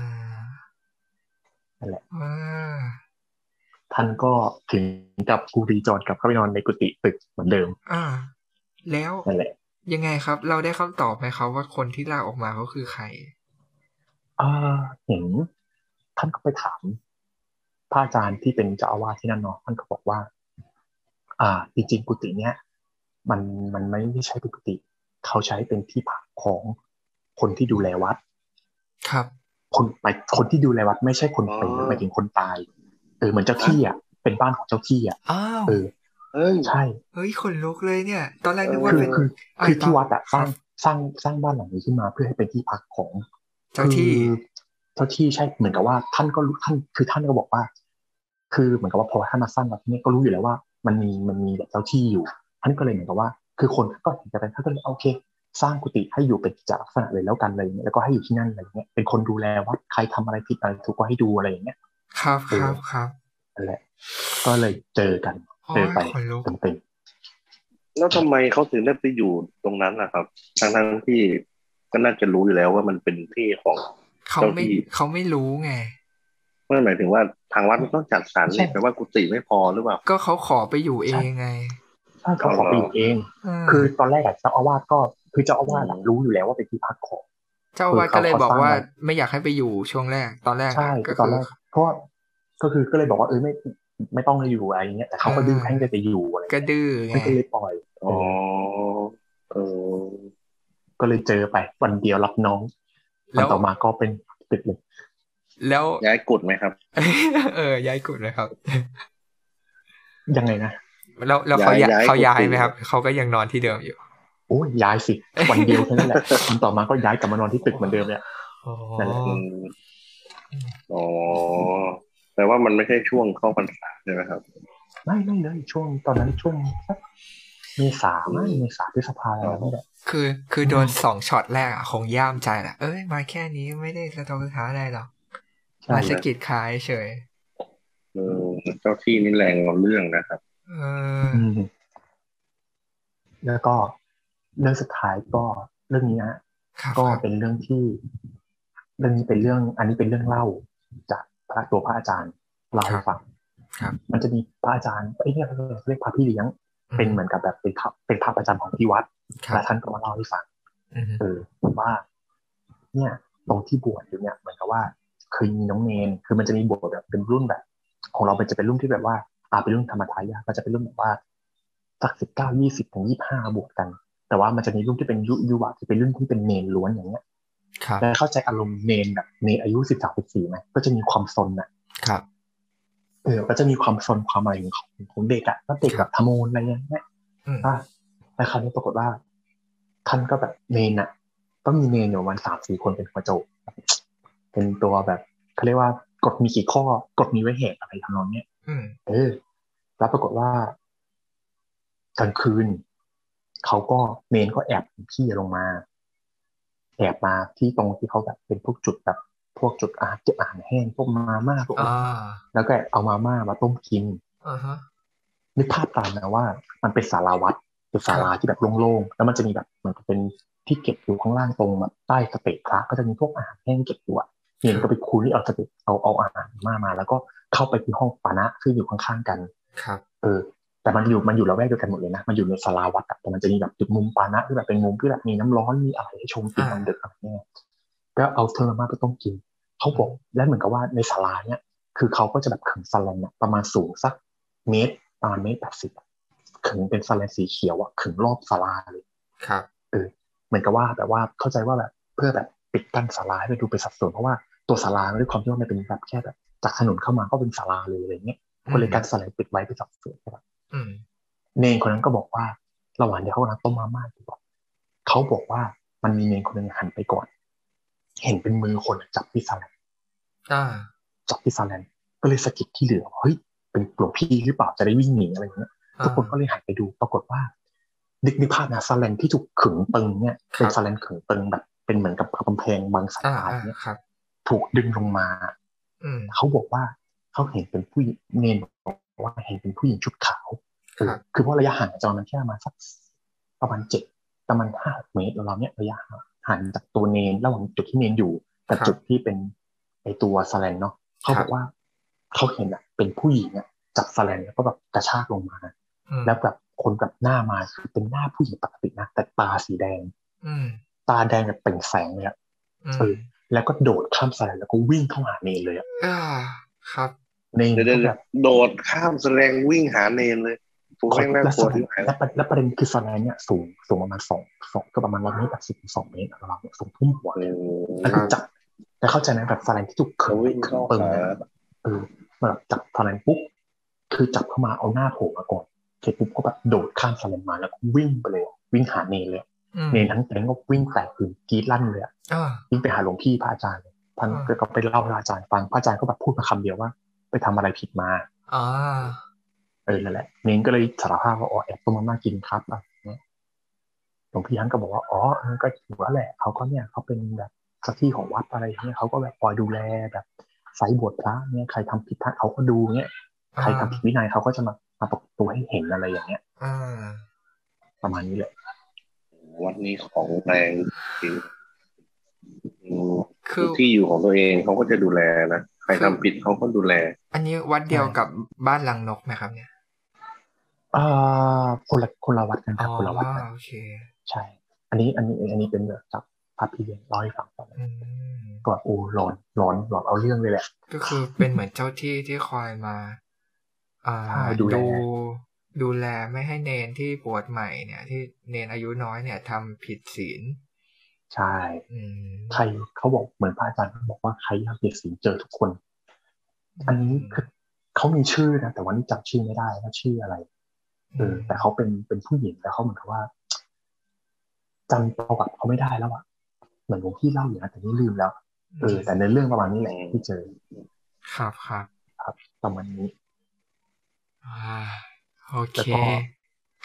S1: า
S3: นั่นแหละ
S1: อ่า
S3: ท่านก็ถึงกับกูรีจอดกลับเข้าไปนอนในกุฏิตึกเหมือนเดิม
S1: อ่า แล้ว
S3: นั่นแหละ
S1: ยังไงครับ เราได้คำตอบไหมครับว่าคนที่ลากออกมาเขาคือใคร
S3: อ่าเห็นท่านก็ไปถามพระอาจารย์ที่เป็นเจ้าอาวาสที่นั่นเนาะท่านก็บอกว่า อ่า จริงๆกุฏิเนี้ยมันมันไม่ได้ใช้เป็นกุฏิเขาใช้เป็นที่พักของคนที่ดูแลวัด
S1: ครับ
S3: คนไปคนที่ดูแลวัดไม่ใช่คนไป
S2: อ๋อ
S3: หมายถึงคนตายเออเหมือนเจ้าที่อ่ะเป็นบ้านของเจ้าที่อ่ะ
S1: อ้าว
S3: เออ
S2: เอ้ย
S3: ใช่
S1: เฮ้ยขนลุกเลยเนี่ย ตอนแรกนึกว่า
S3: คือ
S1: เป็น
S3: คือ
S1: อ่ะ
S3: คือที่
S1: ต่
S3: วัดอ่ะสร้างสร้างสร้างบ้านหลังนี้ขึ้นมา เพื่อให้เป็นที่พักของ
S1: เจ้าที่
S3: คือเจ้าที่ใช่เหมือนกับว่า ท่านก็รู้ท่านคือท่านก็บอกว่า คือเหมือนกับว่าพอท่านมาสร้างวัดที่นี่ก็รู้อยู่แล้วว่า มันมีมันมีแบบเจ้าที่อยู่ ท่านก็เลยเหมือนกับว่า คือคนก็เห็นกันไปท่านก็เลยโอเค สร้างกุฏิให้อยู่เป็นกิจลักษณะเลยแล้วกันอะไรอย่างเงี้ยแล้วก็ให้อยู่ที่นั่นอะไรอย่างเงี้ยเป็นคนดูแลวัดใครทำอะไรผิดอะไรถูกก็ให้ดูอะไรอย่างเงี้ย
S1: ครับครับครับ
S3: นั่นแหละ ก็เลยเจอกัน
S1: โอ้
S3: เดิ
S1: ย
S3: นไป
S1: ขนลุก
S3: เต็ม
S2: แล้วทำไมเขาถึงได้ไปอยู่ตรงนั้นล่ะครับทั้งทั้งๆที่ก็น่าจะรู้อยู่แล้วว่ามันเป็นที่ของ
S1: เขาไม่
S2: เจ้าที่
S1: เขาไม่รู้ไง
S2: เมื่อหมายถึงว่าทางวัดมันต้องจัดสรรนี่แปลว่ากุฏิไม่พอหรือเปล่า
S1: ก็เขาขอไปอยู่เองไง
S3: ๆถ้าเขาขอไปอยู่เอง
S1: ม
S3: คือตอนแรกอะเจ้าอาวาสก็คือเจ้าอาวาสอะรู้อยู่แล้วว่าเป็นที่พักของ
S1: เจ้าอาวาดก็เลย
S3: เขา
S1: บอกว่า
S3: สร้างไว้
S1: ไม่อยากให้ไปอยู่ช่วงแรก ตอนแรก
S3: ใช่
S1: ก็
S3: ตอน
S1: คื
S3: แร
S1: อ
S3: กเพราะว่าก็คือก็เลยบอกว่าเออไม่ไม่ต้องให้อยู่อะไรอย่างเงี้ยแต่เขาก็
S1: อ่า
S3: ดื้อแข่งจะไปอยู่อะไร
S1: กระดื้อไง
S3: ท่านก็เลยปล่อย
S2: อ๋อเออ
S3: ก็เลยเจอไปวันเดียวรับน้องวัน
S1: แล้ว
S3: ต่อมาก็เป็นติดเลย
S1: แล้ว
S2: ย้ายกุดไหมครับ
S1: เออย้ายกุดเลยครับ
S3: ยังไงนะ
S1: แล้วแล้วเขาย้าย
S2: ย้าย
S1: เขาย้าย
S2: กุฏิ
S1: ไหมครับเขาก็ยังนอนที่เดิมอยู่
S3: โอ้ยย้ายสิวันเดียวแค่ นั้นแหละวันต่อมาก็ย้ายกลับมานอนที่ตึกเหมือนเดิมเนี่ย
S1: โอ้
S3: นั่นแหละ
S2: อืมอ๋อแปลว่ามันไม่ใช่ช่วงเข้าพรรษาใช่ไหมครับ
S3: ไม่ไม่เลยช่วงตอนนั้นช่วงสักเมษาไม่เมษาพฤษภาอะไรนี่แหละ
S1: คือคือโดนสองช็อตแรกอะคงย่ามใจแหละเอ้ยมาแค่นี้ไม่ได้สะทกสะท้านอะไรหรอก
S3: ใช่
S1: มาสะกิดขายเฉย
S2: เออเจ้าที่นี่แรงเอาเรื่องนะครับ
S1: เออ
S3: อืมแล้วก็เรื่องสุดท้ายก็เรื่องนี้นะครับ ก็
S1: ครับ
S3: เป็นเรื่องที่ เรื่องนี้เป็นเรื่อง อันนี้เป็นเรื่องเล่าจากพระตัวพระอาจารย์เล่าให้ฟัง
S1: ครับ
S3: มันจะมีพระอาจารย์เอ้ยเรียกเรียกพระพี่เลี้ยง เป็นเหมือนกับแบบเป็นพระเป็นพระประจำของที่วัด
S1: ครั
S3: และ
S1: บ
S3: ท่านก็มาเล่าให้ฟัง
S1: อืม
S3: เออว่า เนี่ย ตรงที่บวชอยู่เนี่ยเหมือนกับว่าเคยมีน้องเนนคือมันจะมีบวชแบบเป็นรุ่นแบบ ของเราเป็นจะเป็นรุ่นที่แบบว่าอ่าเป็นรุ่นธรรมทายาก็จะเป็นรุ่นแบบว่าสักสิบเก้ายี่สิบถึงยี่ห้าบวชกัน แต่ว่ามันจะมีรุ่นที่เป็นยุยุวะที่เป็นรุ่นที่เป็นเนนล้วนอย่างเงี้ย
S1: ครับ
S3: แล้วเข้าใจอารมณ์เนนแบบเนนอายุสิบสามสิบสี่ไหมก็จะมีความซนอ่ะ
S1: ครับ
S3: เออก็จะมีความซนความอะไรของเขาของเด็กอ่ะก็เด็กแบบทะโมนอะไรเงี้ย
S1: อืม
S3: อ่ะแล้วคราวนี้ปรากฏว่า ท่านก็แบบเนนอะก็มีเนนอยู่ประมันสามสี่คนเป็นหัวโจกเป็นตัวแบบเขาเรียกว่ากฎมีกี่ข้อกฎมีไว้เหตุอะไรทำนองเนี้ย
S1: อืม
S3: เออ แล้วปรากฏว่ากลางคืนเขาก็เนนก็แอบพี่ลงมา แอบมาที่ตรงที่เขาแบบเป็นพวกจุดแบบพวกจุดอาหารเก็บอาหารแห้งพวกมาม่าพวก
S1: อ่า
S3: แล้วก็เอามาม่ามาต้มกิน
S1: อ่าฮะ
S3: นึกภาพตามนะว่ามันเป็นศาลาวัดเป็นศาลาที่แบบโล่งๆ แล้วมันจะมีแบบเหมันเป็นที่เก็บอยู่ข้างล่างตรงแบบใต้สเตจพระก็จะมีพวกอาหารแห้งเก็บอยู่อะเนี่ยก็ไปคูนี่เอาสเตจเอาเอาอาหารมามา แล้วก็เข้าไปที่ห้องปานะซึ่งอยู่ข้างๆกัน
S1: ครับ
S3: เออ แต่มันอยู่มันอยู่ละแวกเดียวกันหมดเลยนะ มันอยู่ในศาลาวัดอะแต่มันจะมีแบบจุดมุมปานะที่แบบเป็นมุมที่แบบมีน้ำร้อนมีอะไรให้ชมกินตอนดึกอะไรเงี้ยก็เอาเธอมาไปต้มกินเขาบอกและเหมือนกับว่าในศาลาเนี่ย คือเขาก็จะแบบขึงสแลนเนี่ยประมาณสูงสักเมตรประมาณเมตรแปดสิบขึงเป็นสแลนสีเขียวอะขึงรอบศาลาเลย
S1: ครับ
S3: เหมือนกับว่าแบบว่าเข้าใจว่าแบบเพื่อแบบปิดกั้นศาลาให้มันดูเป็นสัดส่วนเพราะว่าตัวศาลาด้วยความที่ว่ามันเป็นแบบแค่แบบจากถนนเข้ามาก็เป็นศาลาเลยอะไรเงี้ยก็เลยกั้นศาลาปิดไว้เป็นสัดส่วนใช่ปะ
S1: อืม
S3: เนนคนนั้นก็บอกว่าระหว่างที่เขากำลังต้มมาม่าอยู่อะเขาบอกว่ามันมีเนนคนหนึ่งหันไปก่อน เห็นเป็นมือคนจับที่ซาแลน
S1: อ่า
S3: จับที่ซาแลนก็เลยสะกิดที่เหลือว่าเฮ้ยเป็นหลวงพี่หรือเปล่าจะได้วิ่งหนีอะไรอย่างเงี้ย
S1: อ่า
S3: ทุกคนก็เลยหันไปดู ปรากฏว่านึกนึกภาพนะซาแลนที่ถูกขึงตึงเนี่ย
S1: ครั
S3: เป็น
S1: บ
S3: ซาแลนขึงตึงแบบเป็นเหมือนกับกำแพงบางสาย
S1: อ่า
S3: ตา
S1: อ่า
S3: เนี่ย
S1: ครับ
S3: ถูกดึงลงมา
S1: อื อืม
S3: เขาบอกว่าเขาเห็นเป็นผู้หญิงเนนบอกว่าเห็นเป็นผู้หญิงชุดขาว
S1: ครับ
S3: คือเพราะระยะห่างจากจอมันแค่ประมาณสักประมาณเจ็ดประมาณห้าเมตรเราเนี่ยระยะห่างจากตัวเนนระหว่างจุดที่เนนอยู่กับ
S1: ครับ
S3: จุดที่เป็นไอตัวสแลนเนาะเขา
S1: ครับ บ
S3: อกว่าเขาเห็นอะเป็นผู้หญิงอะจับสแลนแล้วก็แบบกระชากลงมา
S1: อืม
S3: แล้วแบบคนแบบหน้ามาคือเป็นหน้าผู้หญิงปกตินะแต่ตาสีแดง
S1: อืม
S3: ตาแดงแบบเปล่งแสงเลยอะ
S1: อืม
S3: แล้วก็โดดข้ามสแลนแล้วก็วิ่งเข้าหาเนนเลยอะ
S1: อ่าครับ
S3: เนน
S2: เดี๋ยวเดี๋ยว
S3: ก็
S2: เดี๋
S3: แบ
S2: ยว
S3: บ
S2: โดดข้ามแสดงวิ่งหาเนนเลยผมแม่งน่ากลัวที่ไหน
S3: และประเด็นและประเด็นคือสไลด์เนี่ยสูงสูงประมาณสองสองก็ประมาณร้อยเมตรกับสิบสองเมตรอะเราเนี่ยสูงทุ่วมหัวเลยแล้วคือจับแต่เข้าใจนะแบบสไลด์ที่ถูกเขิ
S2: เขา
S3: น
S2: วิ่งเข้า
S3: เปิง
S2: หา
S3: เนี่ยเออแบบจับสไลด์ปุ๊บคือจับเข้ามาเอาหน้าโผล่มาก่อนเสร็จปุ๊บก็แบบโดดข้ามสไลด์มาแล้วก็วิ่งไปเลยวิ่งหาเนรเลย
S1: อืม
S3: เนรทั้งแก๊งก็วิ่งแตกคืนกรีดลั่นเลยอะ
S1: อ่า
S3: วิ่งไปหาหลวงพี่พระอาจารย์เลยท่าน
S1: อ่า
S3: ก็ไปเล่าให้พระอาจารย์ฟังพระอาจารย์ก็แบบพูดมาคำเดียวว่า ไปทำอะไรผิดมา
S1: อ่า
S3: เออนั่นแหละเน้งก็เลยสารภาพว่าอ๋อแอบต้มมาม่ากินครับอะไรอย่างเงี้ยหลวงพี่ท่านก็บอกว่าอ๋อเออก็ถือว่าแหละเขาก็เนี่ยเขาเป็นแบบเจ้าที่ของวัดอะไรอย่างเงี้ยเขาก็แบบคอยดูแลแบบไซบวชพระเนี่ยใครทำผิดท่านเขาก็ดูเนี่ยใครทำผิดวินัยเขาก็จะมามาปรากฏตัวให้เห็นอะไรอย่างเงี้ย
S1: อ่า
S3: ประมาณนี้แหละ
S2: วันนี้ของแรงจริงอืม
S1: คือ
S2: ที่อยู่ของตัวเองเขาก็จะดูแลนะใครทำผิดเขาก็ดูแล
S1: อันนี้วัดเดียวกับบ้านลังนกไหมครับเนี่ย
S3: อ่าคนละคนละวัดกันค
S1: อ๋
S3: รับ
S1: อ
S3: คนละวัดกัน
S1: โอเค
S3: ใช่ อันนี้อันนี้อันนี้เป็นแบบจากพระพี่เลี้ยงเล่าให้ฟังตอนนั้น
S1: อืม
S3: ก็แบบโอ้ร้อนร้อนร้อนเอาเรื่องเลยแหละ
S1: ก็คือเป็นเหมือนเจ้าที่ที่คอยมา อ่า
S3: ใช่ดูแล
S1: ดูแลไม่ให้เนนที่บวชใหม่เนี่ย ที่เนนอายุน้อยเนี่ยทำผิดศีล
S3: ใช่
S1: อืม
S3: ใครเขาบอกเหมือนพระอาจารย์บอกว่าใครอยากเด็กสินเจอทุกคน อันนี้คือเขามีชื่อนะแต่ว่านี่จำชื่อไม่ได้ว่าชื่ออะไรเออ
S1: อืม
S3: แต่เขาเป็นเป็นผู้หญิงแล้วเขาเหมือนกับว่าจำประวัติเขาไม่ได้แล้วอะเหมือนหลวงพี่เล่าอยู่นะแต่นี่ลืมแล้วเออแต่ในเรื่องประมาณนี้แหละที่เจอ
S1: ครับครับ
S3: ประมาณนี้
S1: อ่าโอเค
S3: แล้วก็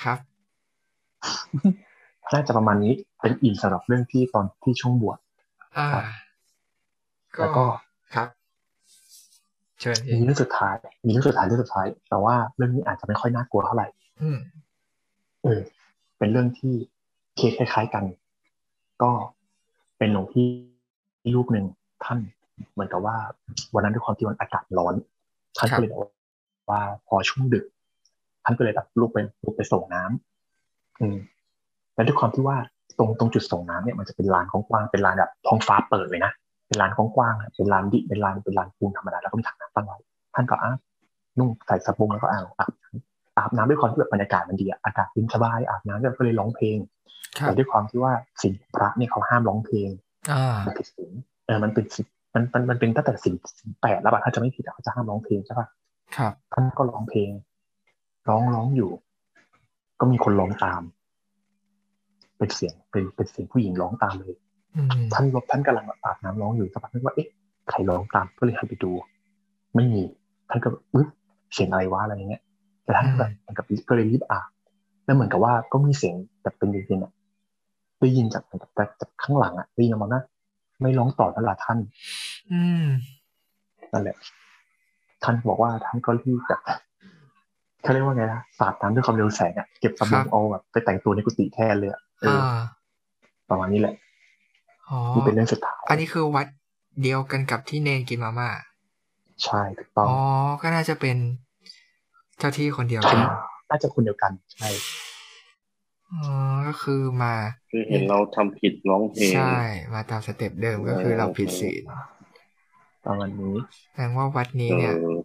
S1: ครับ
S3: น่าจะประมาณนี้เป็นอินสำหรับเรื่องที่ตอนที่ช่วงบวช
S1: อ่า
S3: ครับ แล้วก็
S1: ครับ เชิญพี่
S3: มีเรื่องสุดท้ายมีเรื่องสุดท้ายเรื่องสุดท้าย แต่ว่าเรื่องนี้อาจจะไม่ค่อยน่ากลัวเท่าไหร่
S1: อืม
S3: เออเป็นเรื่องที่เคสคล้ายๆกัน ก็เป็นหลวงพี่รูปหนึ่งท่านเหมือนกับว่า วันนั้นด้วยความที่มันอากาศร้อน ท่าน
S1: ครับ
S3: ก็เลยบอกว่าพอช่วงดึก ท่านก็เลยแบบลูกไปลูกไปส่งน้ำอืมแล้วด้วยความที่ว่าตรงตรงจุดส่งน้ำเนี่ยมันจะเป็นลานกว้างๆเป็นลานแบบท้องฟ้าเปิดเลยนะเป็นลานกว้างๆอะเป็นลานดิเป็นลานเป็นลานปูนธรรมดาแล้วก็มีถังน้ำตั้งไว้ ท่านก็อาบนุ่งใส่สบงแล้วก็อาบอาบน้ำอาบน้ำด้วยความที่แบบบรรยากาศมันดีอะอากาศเย็นสบายอาบน้ำแล้วก็เลยร้องเพลง
S1: ครับ
S3: แต่ด้วยความที่ว่าสิงพระเนี่ยเขาห้ามร้องเพลง
S1: อ่า
S3: มันผิดศีลเออมันเป็นศีลมันมันมันเป็นตั้งแต่สินแปดแล้วป่ะถ้าจะไม่ผิดอะเขาจะห้ามร้องเพลงใช่ป่ะ
S1: ครับ
S3: ท่านก็ร้องเพลง ร้องร้องอยู่ ก็มีคนร้องตาม เป็นเสียงเป็นเป็นเสียงผู้หญิงร้องตามเลย
S1: อืม
S3: ท่านลบท่านกำลังแบบอาบน้ำร้องอยู่สักพักนึกว่าเอ๊ะใครร้องตามก็เลยหันไปดู ไม่มีท่านก็แบบอุ๊ยเสียงอะไรวะอะไรอย่างเงี้ยแต่ท่านก็แบบเหมือนกับก็เลยรีบอาบแล้วเหมือนกับว่าก็มีเสียงแบบเป็นเย็นๆอะได้ยินจากจากจากจากข้างหลังอะได้ยินออกมาว่าไม่ร้องต่อนั่นแหละท่าน
S1: อืม
S3: นั่นแหละ ท่านบอกว่าท่านก็รีบแบบเขาเรียกว่าไงนะสาดน้ำด้วยความเร็วแสงอะเก็บส
S1: ครับ
S3: ง
S1: บ
S3: เอาแบบไปแต่งตัวในกุฏิแทนเลยอะเอออ
S1: อ่า
S3: ประมาณนี้แหละ
S1: อ๋อ
S3: นี่เป็นเรื่องสุดท้าย
S1: อันนี้คือวัดเดียวกันกับที่เนนกินมาม่า
S3: ใช่ถูกต้อ
S1: อ๋
S3: ง
S1: อ ก็น่าจะเป็นเจ้าที่คนเดียวกัน
S3: น่าจะคนเดียวกันใช่
S1: อ๋อก็คือมา
S2: คือเห็นเราทำผิดร้องเพลง
S1: ใช่ มาตามสเต็ปเดิมก็คือเราผิดศีล
S3: ประมาณนี้
S1: แสดงว่าวัดนี้เนี่ย
S2: เออ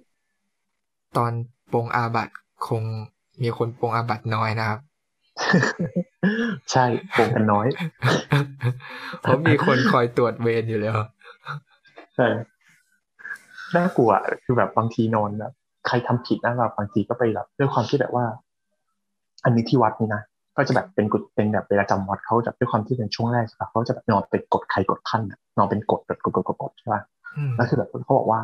S1: ตอนปรงอาบัตคงมีคนปรงอาบัตน้อย นะครับ
S3: ใช่โกงกันน้อย
S1: เพราะมีคนคอยตรวจเวรอยู่แล้ว
S3: แต่น่ากลัวคือแบบบางทีนอนแบบใครทำผิดนะแบบบางทีก็ไปแบบด้วยความที่แบบว่า อันนี้ที่วัดนี่นะก็จะแบบเป็นกุฎเป็นแบบเวลาจำวัดเขาจะด้วยความที่เป็นช่วงแรกใช่ปะเขาจะแบบนอนเป็นกดใครกดท่านอะนอนเป็นกดกดกดกดกดกดใช่ปะ
S1: อืม
S3: แล้วคือแบบเขาบอกว่า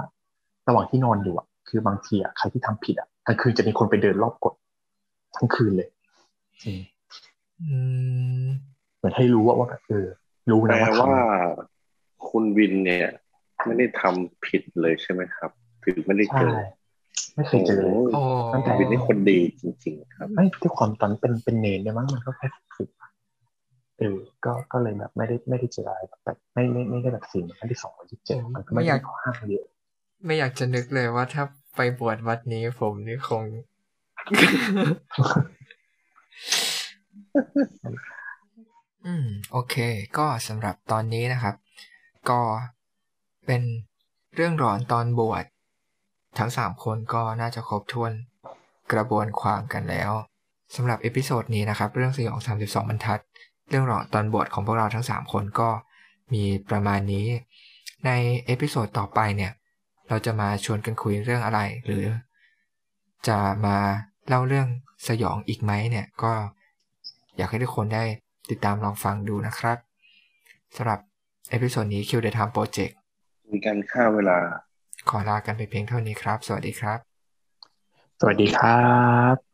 S3: ระหว่างที่นอนอยู่อะคือบางทีอะใครที่ทำผิดอะกลางคืนจะมีคนไปเดินรอบกดทั้งคืนเลย
S1: อืม
S3: เหมือนให้รู้ว่าว่าแบบเออรู้
S2: แป
S3: นะ
S2: ล
S3: ว่าท
S2: ว่าคุณวินเนี่ย ไม่ได้ทำผิดเลยใช่ไหมครับ ถึงไม่ได้เจ
S3: ใช่
S2: อ
S3: ไม่เคยเจอ
S2: โอ้โห
S1: โอ้
S3: ตั้งแต่
S2: ชีวิตนี้คนดีจริง ๆ ครับ
S3: ไม่ด้วยความตอนเป็นเป็นเนนเนี่ยมั้งมันก็แค่สิบเออก็ก็เลยแบบไม่ได้ไม่ได้เจออะไรแบบไม่ไม่ไม่ได้แบบสิ่งอันที่สองที่เจอมันก็ไม่ได้ข้อห้ามเยอะ
S1: ไม่อยากจะนึกเลยว่าถ้าไปบวชวัดนี้ผมนี่คง อืม โอเค ก็สำหรับตอนนี้นะครับ ก็เป็นเรื่องร้อนตอนบวชทั้งสามคนก็น่าจะครบถ้วนกระบวนความกันแล้วสำหรับเอพิโซดนี้นะครับ เรื่องสยอง32บรรทัด เรื่องร้อนตอนบวชของพวกเราทั้งสามคนก็มีประมาณนี้ ในเอพิโซดต่อไปเนี่ย เราจะมาชวนกันคุยเรื่องอะไร หรือ จะมาเล่าเรื่องสยองอีกไหมเนี่ย ก็อยากให้ทุกคนได้ติดตามลองฟังดูนะครับสำหรับเอพิโซดนี้ Q The Time Project
S2: มีการฆ่าเวลา
S1: ขอลากันไปเพียงเท่านี้ครับ สวัสดีครับ
S3: สวัสดีครับ